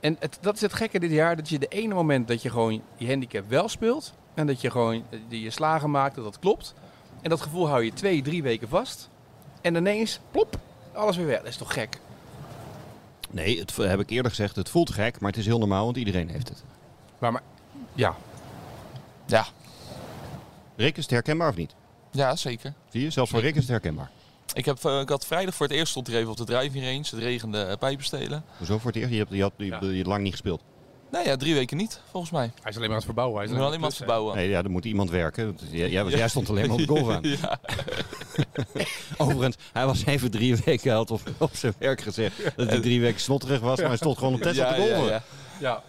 [SPEAKER 2] En het, dat is het gekke dit jaar, dat je de ene moment dat je gewoon je handicap wel speelt... en dat je gewoon eh, je slagen maakt, dat dat klopt. En dat gevoel hou je twee, drie weken vast. En ineens, plop, alles weer weg. Dat is toch gek?
[SPEAKER 1] nee, het, eh, heb ik eerder gezegd. Het voelt gek, maar het is heel normaal, want iedereen heeft het.
[SPEAKER 2] Maar, maar ja,
[SPEAKER 3] Ja,
[SPEAKER 1] Rick, is het herkenbaar of niet?
[SPEAKER 3] ja zeker.
[SPEAKER 1] Zie je, zelfs voor Rick is het herkenbaar.
[SPEAKER 3] Ik, heb, eh, ik had vrijdag voor het eerst stond er even op de driving range. Het regende eh, pijpenstelen.
[SPEAKER 1] Hoezo voor het eerst? Je hebt je had, je, je lang niet gespeeld.
[SPEAKER 3] Nou ja, drie weken niet, volgens mij.
[SPEAKER 2] hij is alleen maar aan het verbouwen. Hij
[SPEAKER 3] Ik
[SPEAKER 2] is
[SPEAKER 3] moet alleen maar aan het verbouwen.
[SPEAKER 1] Nee, ja, er moet iemand werken. Want Jij, jij was- jij stond alleen maar op golf aan.
[SPEAKER 3] Ja.
[SPEAKER 1] Overigens, hij was even drie weken hij had op, op zijn werk gezegd dat hij drie weken snotterig was. Maar hij stond gewoon op test op
[SPEAKER 3] Ja,
[SPEAKER 1] te golven.
[SPEAKER 3] ja, ja.
[SPEAKER 2] Ja,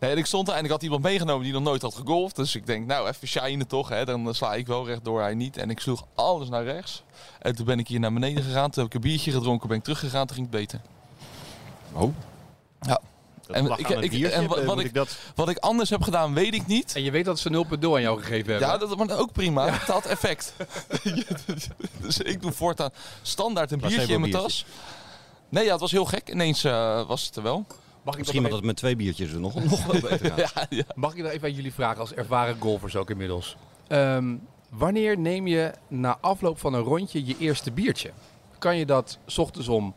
[SPEAKER 3] Nee, en ik stond daar en ik had iemand meegenomen die nog nooit had gegolfd. Dus ik denk, nou, even shinen toch. Hè? Dan eh, sla ik wel rechtdoor, hij niet. En ik sloeg alles naar rechts. En toen ben ik hier naar beneden gegaan. Toen heb ik een biertje gedronken, ben ik teruggegaan. Toen ging het beter.
[SPEAKER 1] Oh.
[SPEAKER 3] Ja.
[SPEAKER 1] Dat
[SPEAKER 3] En
[SPEAKER 1] lag
[SPEAKER 3] ik-
[SPEAKER 1] aan het
[SPEAKER 3] ik-
[SPEAKER 1] biertje,
[SPEAKER 3] en wa-
[SPEAKER 1] eh,
[SPEAKER 3] wat
[SPEAKER 1] moet
[SPEAKER 3] ik-
[SPEAKER 1] ik dat...
[SPEAKER 3] Wat ik anders heb gedaan, weet ik niet.
[SPEAKER 2] en je weet dat ze nul per aan jou gegeven hebben.
[SPEAKER 3] Ja, dat maar ook prima. Het had effect. dus ik doe voortaan standaard een
[SPEAKER 1] Placebo
[SPEAKER 3] biertje in mijn
[SPEAKER 1] biertje.
[SPEAKER 3] tas. Nee, ja, het was heel gek. Ineens eh, was het er wel.
[SPEAKER 2] mag, ik
[SPEAKER 1] Misschien
[SPEAKER 2] dat
[SPEAKER 1] had het met twee biertjes er nog, nog wel beter aan.
[SPEAKER 3] Ja, ja.
[SPEAKER 2] Mag ik daar even aan jullie vragen, als ervaren golfers ook inmiddels. Ehm, wanneer neem je na afloop van een rondje je eerste biertje? Kan je dat 's ochtends om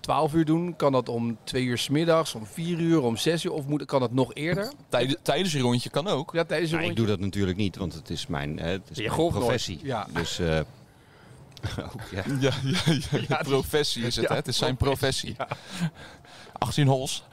[SPEAKER 2] 12 uur doen? Kan dat om 2 uur 's middags, om 4 uur, om 6 uur? Of moet, kan dat nog eerder?
[SPEAKER 3] Tijde- tijdens een rondje kan ook.
[SPEAKER 2] Ja, tijdens een
[SPEAKER 1] Nou, ik
[SPEAKER 2] rondje.
[SPEAKER 1] doe dat natuurlijk niet, want het is mijn, eh, het is
[SPEAKER 2] Je
[SPEAKER 1] mijn
[SPEAKER 2] golft nooit.
[SPEAKER 1] professie.
[SPEAKER 2] Ja.
[SPEAKER 1] Dus eh, ook, ja.
[SPEAKER 3] Ja, ja, ja, Professie is het, hè? Het is zijn professie. 18 hols.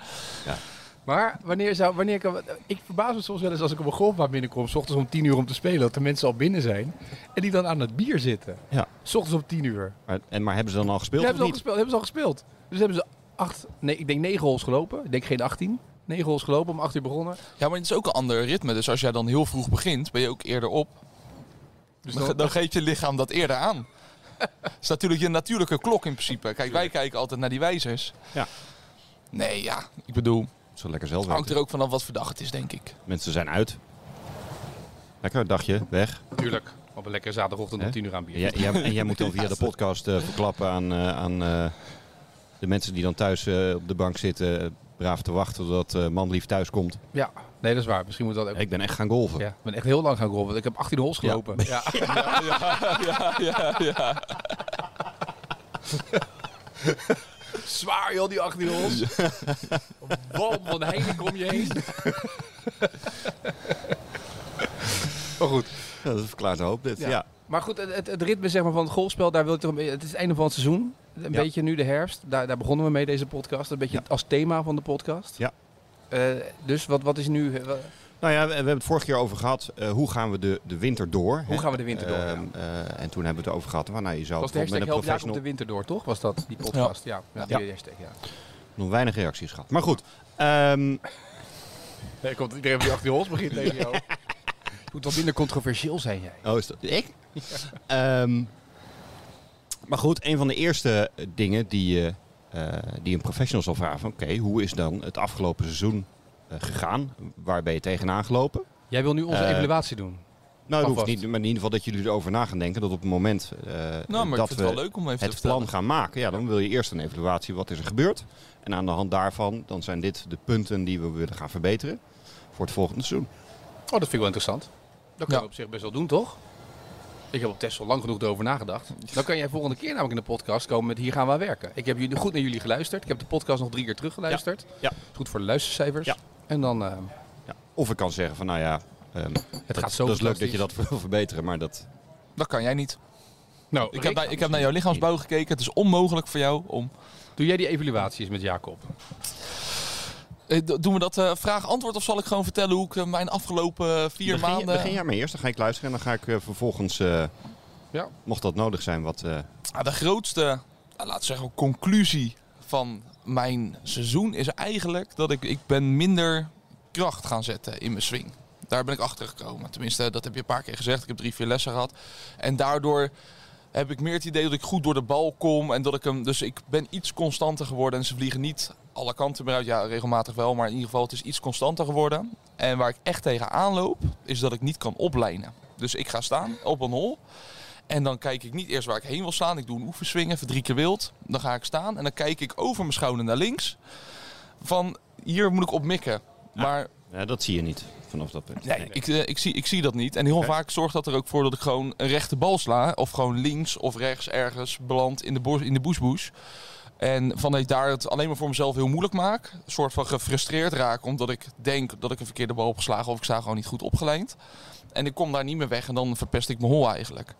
[SPEAKER 2] Maar wanneer zou, wanneer kan, ik verbaas me soms wel eens als ik op een golfbaan binnenkom, s ochtends om 10 uur om te spelen, dat de mensen al binnen zijn en die dan aan het bier zitten.
[SPEAKER 1] Ja.
[SPEAKER 2] S ochtends om 10 uur.
[SPEAKER 1] Maar, en, maar hebben ze dan al gespeeld
[SPEAKER 2] hebben,
[SPEAKER 1] of
[SPEAKER 2] ze al
[SPEAKER 1] niet?
[SPEAKER 2] gespeeld, hebben ze al gespeeld. Dus hebben ze acht, nee, ik denk negen holes gelopen. Ik denk geen 18. Negen holes gelopen, om acht uur begonnen.
[SPEAKER 3] Ja, maar het is ook een ander ritme. Dus als jij dan heel vroeg begint, ben je ook eerder op.
[SPEAKER 2] Dus
[SPEAKER 3] Dan, dan geeft je lichaam dat eerder aan. Dat is natuurlijk je natuurlijke klok in principe. Kijk, wij kijken altijd naar die wijzers.
[SPEAKER 1] Ja.
[SPEAKER 3] Nee, ja. Ik bedoel,
[SPEAKER 1] Zo lekker zelf
[SPEAKER 3] het hangt
[SPEAKER 1] weten.
[SPEAKER 3] er ook vanaf wat verdacht het is, denk ik.
[SPEAKER 1] Mensen zijn uit. Lekker, dagje, weg.
[SPEAKER 2] natuurlijk. Op een lekkere zaterdagochtend
[SPEAKER 1] Hè?
[SPEAKER 2] om tien uur aan bier.
[SPEAKER 1] En jij, jij- en jij moet dan via de podcast eh, verklappen aan, eh, aan eh, de mensen die dan thuis eh, op de bank zitten... eh, braaf te wachten totdat eh, manlief thuis komt.
[SPEAKER 2] Ja, nee, dat is waar. Misschien moet dat ook.
[SPEAKER 1] Ik ben echt gaan golven.
[SPEAKER 2] Ja, ik ben echt heel lang gaan rollen. Ik heb 18 holes
[SPEAKER 1] Ja.
[SPEAKER 2] gelopen. Ja. Zwaar joh, die 18 holes. Bom, van heen kom je heen. Maar Oh, goed,
[SPEAKER 1] Ja, dat verklaart een hoop dit.
[SPEAKER 2] Ja.
[SPEAKER 1] Ja.
[SPEAKER 2] Maar goed, het, het, het ritme zeg maar, van het golfspel, daar wil ik toch, een beetje- het is het einde van het seizoen. Een
[SPEAKER 1] Ja.
[SPEAKER 2] beetje nu de herfst. Daar, daar begonnen we mee deze podcast. Een beetje als thema van de podcast.
[SPEAKER 1] Ja.
[SPEAKER 2] Eh, dus wat, wat is nu... eh, wa-
[SPEAKER 1] Nou ja, we, we hebben het vorige keer over gehad. eh, hoe gaan we de, de winter door?
[SPEAKER 2] hoe
[SPEAKER 1] hè?
[SPEAKER 2] gaan we de winter door? ja?
[SPEAKER 1] Ehm, eh, en toen hebben we het over gehad. van, nou, je zou
[SPEAKER 2] was de
[SPEAKER 1] bijvoorbeeld met
[SPEAKER 2] hashtag
[SPEAKER 1] een
[SPEAKER 2] Help Jacob de
[SPEAKER 1] professional
[SPEAKER 2] winter door, toch? Was dat die podcast? Ja, ja,
[SPEAKER 1] Ja.
[SPEAKER 2] die hashtag, ja.
[SPEAKER 1] nog weinig reacties gehad. Maar goed, ehm,
[SPEAKER 2] Nee, komt iedereen die achter je hols begint tegen jou. moet wat minder controversieel zijn jij.
[SPEAKER 1] Oh, is dat ik? Ehm, maar goed, een van de eerste eh, dingen die, je, eh, die een professional zal vragen: van, oké, hoe is dan het afgelopen seizoen eh, gegaan? Waar ben je tegenaan gelopen?
[SPEAKER 2] Jij wil nu onze
[SPEAKER 1] Eh,
[SPEAKER 2] evaluatie doen.
[SPEAKER 1] Nou, dat hoeft
[SPEAKER 2] Alvast.
[SPEAKER 1] niet, maar in ieder geval dat jullie erover na gaan denken. Dat op het moment eh,
[SPEAKER 3] Nou, maar ik
[SPEAKER 1] dat
[SPEAKER 3] vind
[SPEAKER 1] we
[SPEAKER 3] het wel leuk om even te
[SPEAKER 1] het
[SPEAKER 3] vertellen.
[SPEAKER 1] plan gaan maken, ja, dan wil je eerst een evaluatie. Wat is er gebeurd? En aan de hand daarvan, dan zijn dit de punten die we willen gaan verbeteren voor het volgende seizoen.
[SPEAKER 2] Oh, dat vind ik wel interessant. Dat kan
[SPEAKER 3] Ja.
[SPEAKER 2] je op zich best wel doen, toch? Ik heb op Tesla lang genoeg erover nagedacht. Dan kan jij volgende keer namelijk in de podcast komen met hier gaan we aan werken. Ik heb jullie goed naar jullie geluisterd. Ik heb de podcast nog drie keer teruggeluisterd.
[SPEAKER 1] Ja.
[SPEAKER 2] Is Goed voor de luistercijfers.
[SPEAKER 1] Ja.
[SPEAKER 2] En dan, eh,
[SPEAKER 1] Ja. Of ik kan zeggen van, nou ja, ehm,
[SPEAKER 2] het
[SPEAKER 1] dat,
[SPEAKER 2] gaat zo
[SPEAKER 1] dat is leuk dat je
[SPEAKER 2] fantastisch.
[SPEAKER 1] dat wil verbeteren, maar dat
[SPEAKER 3] Dat kan jij niet.
[SPEAKER 2] Nou,
[SPEAKER 3] Ik
[SPEAKER 2] Rick,
[SPEAKER 3] heb, naar, ik heb naar jouw lichaamsbouw gekeken. Het is onmogelijk voor jou om...
[SPEAKER 2] doe jij die evaluaties met Jacob?
[SPEAKER 3] Eh, do- Doen we dat eh, vraag-antwoord of zal ik gewoon vertellen hoe ik eh, mijn afgelopen vier
[SPEAKER 1] begin,
[SPEAKER 3] maanden...
[SPEAKER 1] Begin jij maar eerst, dan ga ik luisteren en dan ga ik eh, vervolgens, eh,
[SPEAKER 2] Ja.
[SPEAKER 1] mocht dat nodig zijn, wat... eh,
[SPEAKER 3] Nou, de grootste, nou, laten we zeggen, conclusie van mijn seizoen is eigenlijk dat ik, ik ben minder kracht gaan zetten in mijn swing. Daar ben ik achter gekomen. Tenminste, dat heb je een paar keer gezegd. Ik heb drie, vier lessen gehad. En daardoor heb ik meer het idee dat ik goed door de bal kom. En dat ik hem, dus ik ben iets constanter geworden. En ze vliegen niet alle kanten meer uit. Ja, regelmatig wel. Maar in ieder geval, het is iets constanter geworden. En waar ik echt tegen aanloop, is dat ik niet kan oplijnen. Dus ik ga staan op een hol. En dan kijk ik niet eerst waar ik heen wil slaan. Ik doe een oefenswing, even drie keer wild. Dan ga ik staan en dan kijk ik over mijn schouder naar links. Van hier moet ik op mikken. Maar
[SPEAKER 1] ja, dat zie je niet vanaf dat punt.
[SPEAKER 3] nee, Ik, eh, ik, zie, ik zie dat niet. En heel
[SPEAKER 1] Oké.
[SPEAKER 3] vaak zorgt dat er ook voor dat ik gewoon een rechte bal sla. Of gewoon links of rechts ergens beland in de, bos, in de bushbush. En vanuit daar het alleen maar voor mezelf heel moeilijk maak. Een soort van gefrustreerd raak. Omdat ik denk dat ik een verkeerde bal heb geslagen. Of ik sta gewoon niet goed opgeleind. En ik kom daar niet meer weg. En dan verpest ik mijn hol eigenlijk.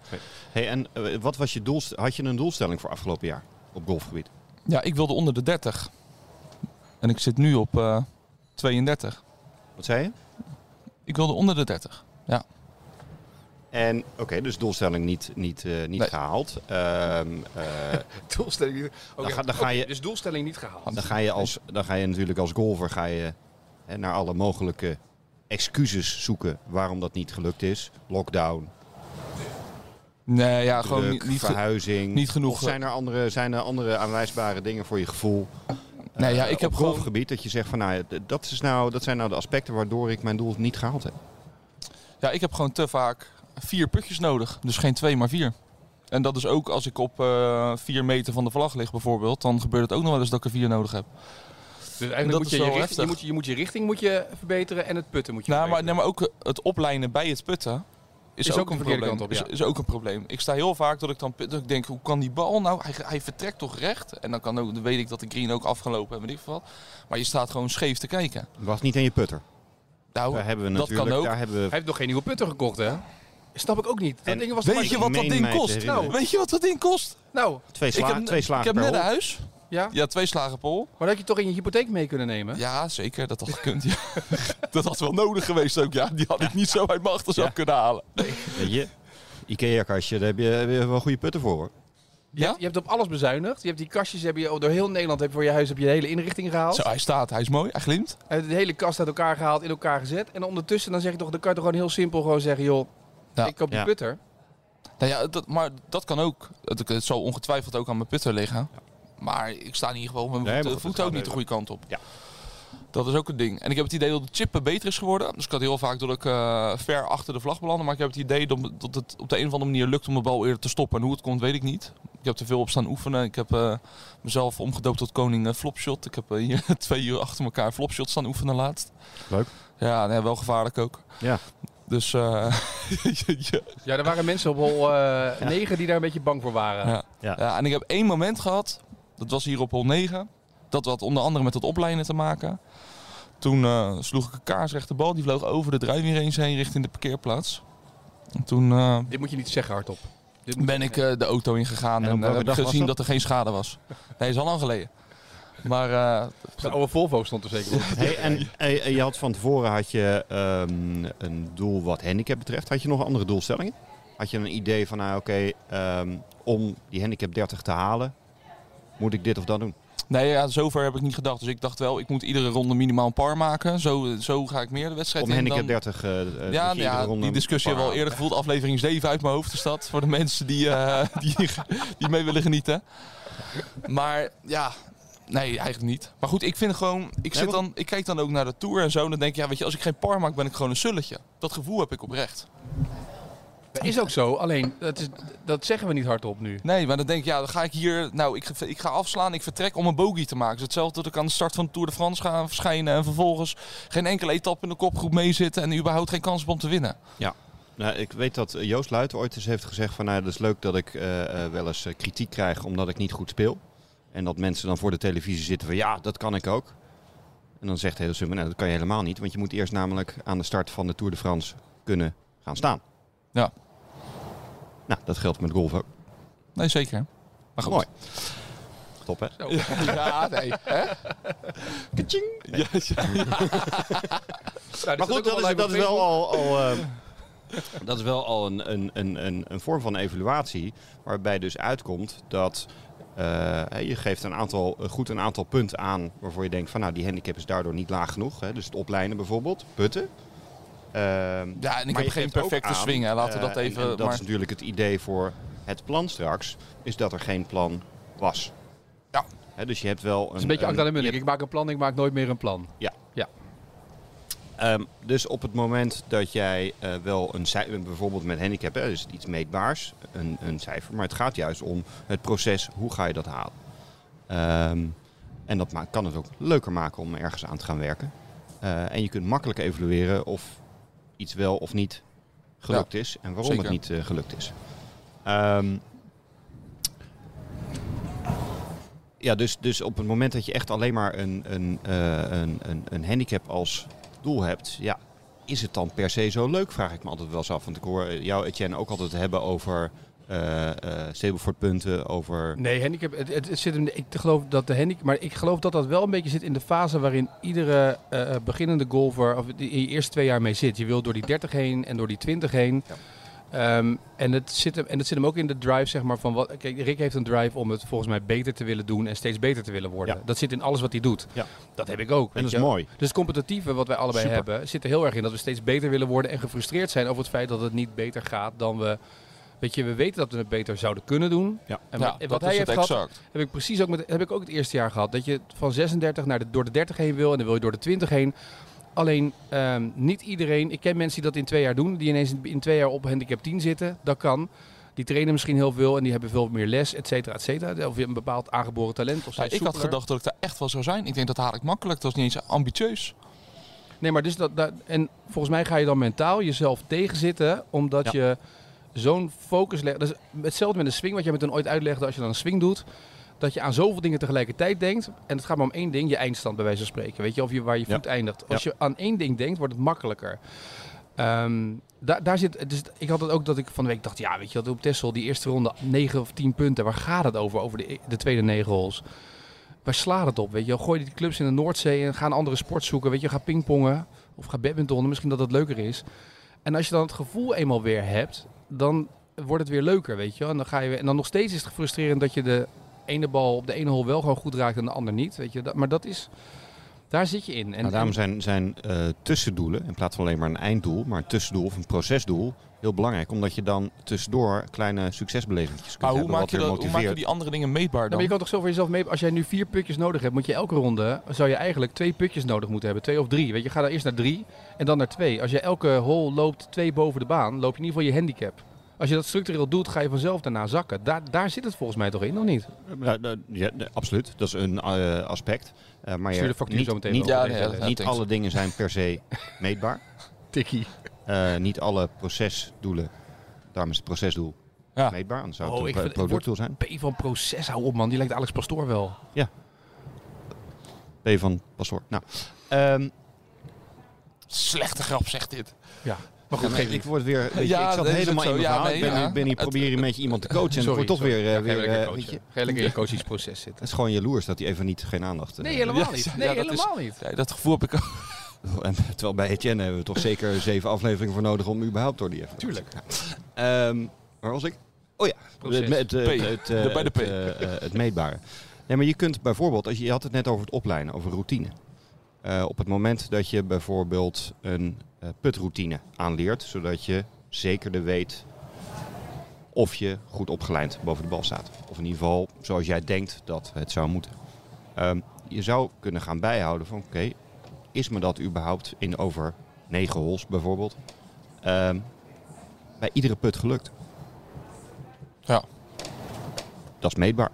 [SPEAKER 1] Hey, en eh, wat was je doelst had je een doelstelling voor afgelopen jaar op golfgebied?
[SPEAKER 3] Ja, ik wilde onder de 30. En ik zit nu op eh, 32.
[SPEAKER 1] Wat zei je?
[SPEAKER 3] Ik wilde onder de 30.
[SPEAKER 1] En oké, dus doelstelling niet, niet, eh, niet
[SPEAKER 3] Nee.
[SPEAKER 1] gehaald. Ehm, eh,
[SPEAKER 2] Doelstelling niet. Oké,
[SPEAKER 1] Dan ga- dan ga
[SPEAKER 2] oké,
[SPEAKER 1] je-
[SPEAKER 2] Dus doelstelling niet gehaald.
[SPEAKER 1] dan, ga je als, dan ga je natuurlijk als golfer ga je, hè, naar alle mogelijke excuses zoeken waarom dat niet gelukt is. Lockdown,
[SPEAKER 3] Nee, ja,
[SPEAKER 1] druk,
[SPEAKER 3] gewoon niet, niet ge-
[SPEAKER 1] verhuizing.
[SPEAKER 3] niet genoeg.
[SPEAKER 1] Of zijn er, andere, zijn er andere aanwijsbare dingen voor je gevoel?
[SPEAKER 3] Nee, ja,
[SPEAKER 1] eh,
[SPEAKER 3] ik heb
[SPEAKER 1] op
[SPEAKER 3] gewoon-
[SPEAKER 1] golfgebied dat je zegt van nou, ja, d- dat, is nou, dat zijn nou de aspecten waardoor ik mijn doel niet gehaald heb.
[SPEAKER 3] Ja, ik heb gewoon te vaak vier putjes nodig. Dus geen twee, maar vier. En dat is ook als ik op eh, vier meter van de vlag lig bijvoorbeeld. Dan gebeurt het ook nog wel eens dat ik er vier nodig heb.
[SPEAKER 2] Dus eigenlijk
[SPEAKER 3] Dat
[SPEAKER 2] moet
[SPEAKER 3] is
[SPEAKER 2] je je,
[SPEAKER 3] wel
[SPEAKER 2] richting,
[SPEAKER 3] heftig.
[SPEAKER 2] je, moet je, je moet je richting moet je verbeteren en het putten moet je
[SPEAKER 3] Nou, maar,
[SPEAKER 2] verbeteren.
[SPEAKER 3] nee, maar ook het oplijnen bij het putten is,
[SPEAKER 2] Is
[SPEAKER 3] ook,
[SPEAKER 2] ook de
[SPEAKER 3] een
[SPEAKER 2] verkeerde
[SPEAKER 3] probleem.
[SPEAKER 2] kant op, ja.
[SPEAKER 3] is, is ook een probleem. Ik sta heel vaak dat ik dan put, dat ik denk, hoe kan die bal nou? Hij, hij vertrekt toch recht? En dan, kan ook, dan weet ik dat de green ook afgelopen en weet ik veel wat. Maar je staat gewoon scheef te kijken.
[SPEAKER 1] Was niet in je putter.
[SPEAKER 3] Nou,
[SPEAKER 1] Daar hebben we
[SPEAKER 3] dat
[SPEAKER 1] natuurlijk.
[SPEAKER 3] kan ook.
[SPEAKER 1] Daar hebben we
[SPEAKER 2] Hij heeft nog geen nieuwe putter gekocht, hè? Snap ik ook niet. Dat
[SPEAKER 1] En
[SPEAKER 2] ding was
[SPEAKER 3] Weet je
[SPEAKER 1] ik
[SPEAKER 3] wat dat
[SPEAKER 1] meen mij
[SPEAKER 3] ding
[SPEAKER 1] te
[SPEAKER 3] kost?
[SPEAKER 1] herinneren.
[SPEAKER 3] Nou, weet je wat dat ding kost?
[SPEAKER 2] Nou,
[SPEAKER 1] twee, sla
[SPEAKER 3] ik heb,
[SPEAKER 1] twee
[SPEAKER 3] ik
[SPEAKER 1] slagen
[SPEAKER 3] heb
[SPEAKER 1] per
[SPEAKER 3] net een
[SPEAKER 1] hol.
[SPEAKER 3] huis.
[SPEAKER 2] ja.
[SPEAKER 3] Ja, twee slagen pol.
[SPEAKER 2] Maar dat je toch in je hypotheek mee kunnen nemen?
[SPEAKER 3] Ja, zeker. Dat had gekund. Ja. dat had wel nodig geweest ook. Ja, die had ik niet zo uit mijn achterzak kunnen halen.
[SPEAKER 1] Weet je, Ikea-kastje, daar heb je, heb je wel goede putten voor. hoor.
[SPEAKER 3] Ja?
[SPEAKER 2] Je hebt op alles bezuinigd. Je hebt die kastjes heb je, door heel Nederland heb je voor je huis heb je de hele inrichting gehaald.
[SPEAKER 3] Zo, hij staat. Hij is mooi. Hij glimt.
[SPEAKER 2] En de hele kast uit elkaar gehaald, in elkaar gezet. En ondertussen dan zeg je toch, dan kan je toch gewoon heel simpel gewoon zeggen, joh,
[SPEAKER 3] Ja.
[SPEAKER 2] ik koop die
[SPEAKER 1] Ja.
[SPEAKER 2] putter.
[SPEAKER 3] Nou ja, dat, maar dat kan ook. Het, het zal ongetwijfeld ook aan mijn putter liggen. Maar ik sta in ieder geval met
[SPEAKER 1] Nee,
[SPEAKER 3] mijn
[SPEAKER 1] maar goed,
[SPEAKER 3] voeten- voeten
[SPEAKER 1] het
[SPEAKER 3] ook niet de
[SPEAKER 1] gaat
[SPEAKER 3] goede kant op.
[SPEAKER 1] Ja.
[SPEAKER 3] Dat is ook een ding. En ik heb het idee dat de chippen beter is geworden. Dus ik had heel vaak dat ik eh, ver achter de vlag belandde. Maar ik heb het idee dat, dat het op de een of andere manier lukt om de bal eerder te stoppen. En hoe het komt, weet ik niet. Ik heb te veel op staan oefenen. Ik heb eh, mezelf omgedoopt tot koning eh, flopshot. Ik heb eh, hier twee uur achter elkaar flopshot staan oefenen laatst.
[SPEAKER 1] Leuk.
[SPEAKER 3] Ja, nee, wel gevaarlijk ook.
[SPEAKER 1] Ja.
[SPEAKER 3] Dus eh, ja.
[SPEAKER 2] Ja, er waren mensen op hol eh 9 die daar een beetje bang voor waren.
[SPEAKER 3] Ja. Ja, en ik heb één moment gehad, dat was hier op hol 9. Dat had onder andere met dat oplijnen te maken. Toen eh, sloeg ik een kaarsrechte bal, die vloog over de driving range heen richting de parkeerplaats. En toen eh,
[SPEAKER 2] Dit moet je niet zeggen hardop. Dit moet
[SPEAKER 3] ben ik eh, de auto ingegaan
[SPEAKER 1] En op
[SPEAKER 3] en, eh,
[SPEAKER 1] welke
[SPEAKER 3] heb ik
[SPEAKER 1] dag was
[SPEAKER 3] gezien
[SPEAKER 1] dat?
[SPEAKER 3] dat er geen schade was. Nee, is al lang geleden. Maar eh,
[SPEAKER 2] De oude Volvo stond er zeker op.
[SPEAKER 1] Hey, en eh, eh, je had van tevoren had je, ehm, een doel wat handicap betreft. Had je nog andere doelstellingen? Had je een idee van, nou oké, ehm, om die handicap 30 te halen, moet ik dit of dat doen?
[SPEAKER 3] nee, ja, zover heb ik niet gedacht. Dus ik dacht wel, ik moet iedere ronde minimaal een par maken. Zo, eh, zo ga ik meer de wedstrijd
[SPEAKER 1] Om
[SPEAKER 3] in.
[SPEAKER 1] handicap
[SPEAKER 3] dan-
[SPEAKER 1] 30 eh, eh, dat je
[SPEAKER 3] Ja,
[SPEAKER 1] iedere
[SPEAKER 3] ja
[SPEAKER 1] ronde
[SPEAKER 3] die discussie
[SPEAKER 1] een
[SPEAKER 3] hebben
[SPEAKER 1] paar
[SPEAKER 3] we al eerder gevoeld. Aflevering 7 uit mijn hoofd is dat. Voor de mensen die, eh, die, die mee willen genieten. Maar ja, nee, eigenlijk niet. Maar goed, ik vind gewoon... Ik, zit
[SPEAKER 1] maar-
[SPEAKER 3] dan, ik kijk dan ook naar de Tour en zo. En dan denk ik, ja, weet je, als ik geen par maak, ben ik gewoon een sulletje. Dat gevoel heb ik oprecht.
[SPEAKER 2] Dat is ook zo, alleen dat, is, dat zeggen we niet hardop nu.
[SPEAKER 3] Nee, maar dan denk ik, ja, dan ga ik hier... Nou, ik, ga- ik ga afslaan, ik vertrek om een bogey te maken. Het is hetzelfde dat ik aan de start van de Tour de France ga verschijnen... en vervolgens geen enkele etappe in de kopgroep meezitten... en überhaupt geen kans heb om te winnen.
[SPEAKER 1] Nou, ik weet dat eh, Joost Luiten ooit eens heeft gezegd van... Nou, dat is leuk dat ik eh, eh, wel eens eh, kritiek krijg omdat ik niet goed speel. En dat mensen dan voor de televisie zitten van ja, dat kan ik ook. En dan zegt hij heel simpel, nou, dat kan je helemaal niet. Want je moet eerst namelijk aan de start van de Tour de France kunnen gaan staan.
[SPEAKER 3] Ja.
[SPEAKER 1] Nou, dat geldt met golf ook.
[SPEAKER 3] Nee, zeker. Maar goed.
[SPEAKER 1] Mooi. op, hè?
[SPEAKER 4] Ja, nee. Hè?
[SPEAKER 3] Ja, ja.
[SPEAKER 2] Nou,
[SPEAKER 1] Maar
[SPEAKER 3] Nou,
[SPEAKER 1] goed, dat is, dat is wel al, al, eh, dat is wel al een, een, een, een, een vorm van evaluatie. Waarbij dus uitkomt dat eh, hè, je geeft een aantal, eh, goed een aantal punten aan waarvoor je denkt van nou die handicap is daardoor niet laag genoeg. Hè, dus het opleiden bijvoorbeeld, putten. Ehm,
[SPEAKER 3] ja, en ik
[SPEAKER 1] maar
[SPEAKER 3] heb
[SPEAKER 1] je
[SPEAKER 3] geen
[SPEAKER 1] geeft ook
[SPEAKER 3] perfecte
[SPEAKER 1] aan,
[SPEAKER 3] swing. hè. Laten we
[SPEAKER 1] eh,
[SPEAKER 3] dat
[SPEAKER 1] en-
[SPEAKER 3] even...
[SPEAKER 1] en dat
[SPEAKER 3] maar,
[SPEAKER 1] is natuurlijk het idee voor het plan straks, is dat er geen plan was.
[SPEAKER 3] Ja.
[SPEAKER 1] Hè, dus je hebt wel een...
[SPEAKER 2] is een beetje Akda de
[SPEAKER 1] een,
[SPEAKER 2] Munnik. Ik maak een plan, ik maak nooit meer een plan.
[SPEAKER 1] Ehm, dus op het moment dat jij eh, wel een cijfer, bijvoorbeeld met handicap, hè, is het iets meetbaars, een, een cijfer, maar het gaat juist om het proces, hoe ga je dat halen? Ehm, en dat ma- kan het ook leuker maken om ergens aan te gaan werken. Eh, en je kunt makkelijk evalueren of iets wel of niet gelukt is en waarom
[SPEAKER 3] zeker.
[SPEAKER 1] het niet eh, gelukt is. Ehm, ja, dus, dus op het moment dat je echt alleen maar een, een, eh, een, een, een handicap als doel hebt, ja, is het dan per se zo leuk? Vraag ik me altijd wel eens af. Want ik hoor eh, jou, Etienne, ook altijd hebben over eh eh Stableford-punten, over...
[SPEAKER 2] Nee, handicap, het, het, het zit hem, ik geloof dat de handicap, maar ik geloof dat dat wel een beetje zit in de fase waarin iedere eh, eh, beginnende golfer of die in je eerste twee jaar mee zit. Je wil door die 30 heen en door die 20 heen. Ehm, en, het zit hem, en het zit hem ook in de drive, zeg maar, van wat, kijk, Rick heeft een drive om het volgens mij beter te willen doen en steeds beter te willen worden.
[SPEAKER 1] Ja.
[SPEAKER 2] Dat zit in alles wat hij doet.
[SPEAKER 1] Ja.
[SPEAKER 2] Dat heb ik ook. weet
[SPEAKER 1] En dat
[SPEAKER 2] je
[SPEAKER 1] is
[SPEAKER 2] wel.
[SPEAKER 1] mooi.
[SPEAKER 2] Dus het competitieve wat wij allebei
[SPEAKER 1] Super.
[SPEAKER 2] hebben zit er heel erg in dat we steeds beter willen worden en gefrustreerd zijn over het feit dat het niet beter gaat dan we. Weet je, we weten dat we het beter zouden kunnen doen.
[SPEAKER 1] Ja.
[SPEAKER 2] En
[SPEAKER 3] ja,
[SPEAKER 2] wat,
[SPEAKER 3] dat
[SPEAKER 2] wat
[SPEAKER 3] is
[SPEAKER 2] hij
[SPEAKER 3] het
[SPEAKER 2] heeft gehad,
[SPEAKER 3] exact.
[SPEAKER 2] heb ik precies ook, met, heb ik ook het eerste jaar gehad. Dat je van 36 naar de, door de 30 heen wil en dan wil je door de 20 heen. Alleen ehm, niet iedereen. Ik ken mensen die dat in twee jaar doen. Die ineens in- in twee jaar op handicap 10 zitten. Dat kan. Die trainen misschien heel veel en die hebben veel meer les, et cetera, et cetera. Of je hebt een bepaald aangeboren talent. Of
[SPEAKER 3] Ja,
[SPEAKER 2] zijn
[SPEAKER 3] ik had
[SPEAKER 2] soepeler.
[SPEAKER 3] gedacht dat ik daar echt wel zou zijn. Ik denk dat haal ik makkelijk. Dat is niet eens ambitieus.
[SPEAKER 2] Nee, maar dus dat, dat- en volgens mij ga je dan mentaal jezelf tegenzitten, omdat
[SPEAKER 1] Ja.
[SPEAKER 2] je zo'n focus legt. Dat is hetzelfde met een swing, wat jij met een ooit uitlegde als je dan een swing doet. Dat je aan zoveel dingen tegelijkertijd denkt. En het gaat maar om één ding, je eindstand bij wijze van spreken. Weet je, of je, waar je
[SPEAKER 1] Ja.
[SPEAKER 2] voet eindigt. Als je aan één ding denkt, wordt het makkelijker. Ehm, daar, daar zit, dus ik had het ook dat ik van de week dacht, ja, weet je, dat op Tessel die eerste ronde 9 of 10 punten. Waar gaat het over, over de, de tweede 9 holes? Waar slaat het op? Weet je, wel? gooi die clubs in de Noordzee en ga een andere sport zoeken. Weet je, ga pingpongen of ga badmintonnen. Misschien dat dat leuker is. En als je dan het gevoel eenmaal weer hebt, dan wordt het weer leuker, weet je. wel. En dan, ga je, weer- en dan nog steeds is het frustrerend dat je de ene bal op de ene hol wel gewoon goed raakt en de ander niet, weet je. Dat, maar dat is, daar zit je in. En,
[SPEAKER 1] nou, daarom zijn, zijn eh, tussendoelen, in plaats van alleen maar een einddoel, maar een tussendoel of een procesdoel, heel belangrijk. Omdat je dan tussendoor kleine succesbelevingsjes kunt
[SPEAKER 3] Maar hoe
[SPEAKER 1] hebben,
[SPEAKER 3] maak,
[SPEAKER 1] wat
[SPEAKER 3] je
[SPEAKER 1] weer
[SPEAKER 3] dat, hoe maak je
[SPEAKER 1] motiveert.
[SPEAKER 3] die andere dingen
[SPEAKER 2] Nou,
[SPEAKER 3] meetbaar dan?
[SPEAKER 2] maar je kan toch zo voor jezelf mee. Als jij nu vier putjes nodig hebt, moet je elke ronde. zou je eigenlijk twee putjes nodig moeten hebben. Twee of drie. Weet je, ga dan eerst naar drie en dan naar twee. Als je elke hole loopt twee boven de baan, loop je in ieder geval je handicap. Als je dat structureel doet, ga je vanzelf daarna zakken. Daar, daar zit het volgens mij toch in, of niet?
[SPEAKER 1] Ja, nou, ja, nee, absoluut, dat is een eh, aspect. Eh, maar
[SPEAKER 2] Stuur
[SPEAKER 1] je,
[SPEAKER 2] de factuur
[SPEAKER 1] niet,
[SPEAKER 2] zo meteen
[SPEAKER 1] niet,
[SPEAKER 2] wel.
[SPEAKER 3] Ja, nee, ja, ja,
[SPEAKER 1] niet
[SPEAKER 3] thanks.
[SPEAKER 1] alle dingen zijn per se meetbaar.
[SPEAKER 2] Tikkie.
[SPEAKER 1] Eh, niet alle procesdoelen, daarom is het procesdoel
[SPEAKER 3] Ja.
[SPEAKER 1] meetbaar. Anders zou
[SPEAKER 2] Oh,
[SPEAKER 1] het
[SPEAKER 2] ik
[SPEAKER 1] een
[SPEAKER 2] vind-
[SPEAKER 1] pro- productdoel zijn.
[SPEAKER 2] P van proces, hou op man. Die lijkt Alex Pastoor wel.
[SPEAKER 1] P van Passoor. Nou, ehm,
[SPEAKER 3] Slechte grap zegt dit.
[SPEAKER 2] Maar goed,
[SPEAKER 1] Ja,
[SPEAKER 2] geef
[SPEAKER 1] maar ik word weer. Weet je,
[SPEAKER 3] Ja,
[SPEAKER 1] ik zat
[SPEAKER 3] dat is
[SPEAKER 1] helemaal
[SPEAKER 3] ook
[SPEAKER 1] in mijn
[SPEAKER 3] zo. Ja,
[SPEAKER 1] verhaal.
[SPEAKER 3] nee,
[SPEAKER 1] ik ben,
[SPEAKER 3] ja.
[SPEAKER 1] nu- ben hier proberen een beetje iemand te coachen. En
[SPEAKER 2] Sorry,
[SPEAKER 1] dan word ik toch
[SPEAKER 2] sorry.
[SPEAKER 1] weer. eh,
[SPEAKER 2] Ja, ga je
[SPEAKER 1] weer
[SPEAKER 2] lekker
[SPEAKER 1] eh,
[SPEAKER 2] coachen.
[SPEAKER 1] weet je,
[SPEAKER 2] Ga je lekker in je coachingsproces zitten.
[SPEAKER 1] het is gewoon jaloers dat hij even niet, geen aandacht eh,
[SPEAKER 2] Nee, helemaal
[SPEAKER 3] Ja,
[SPEAKER 2] niet.
[SPEAKER 3] ja,
[SPEAKER 2] Nee,
[SPEAKER 3] dat is-
[SPEAKER 2] helemaal niet.
[SPEAKER 3] Ja, dat gevoel heb ik ook.
[SPEAKER 1] En, terwijl bij Etienne hebben we toch zeker zeven afleveringen voor nodig om überhaupt door die even
[SPEAKER 2] Tuurlijk.
[SPEAKER 1] Ehm, waar was ik? Oh ja,
[SPEAKER 2] Proces.
[SPEAKER 1] het, het, eh,
[SPEAKER 3] P.
[SPEAKER 1] het, eh,
[SPEAKER 3] De- bij de
[SPEAKER 1] het, eh,
[SPEAKER 3] P.
[SPEAKER 1] eh, het meetbare. Nee, maar je kunt bijvoorbeeld, als je, je had het net over het opleiden, over routine. Eh, op het moment dat je bijvoorbeeld een eh, putroutine aanleert, zodat je zekerder weet of je goed opgeleid boven de bal staat. Of in ieder geval zoals jij denkt dat het zou moeten. Ehm, je zou kunnen gaan bijhouden van oké, is me dat überhaupt in over negen holes bijvoorbeeld ehm, bij iedere put gelukt?
[SPEAKER 3] Ja.
[SPEAKER 1] Dat is meetbaar.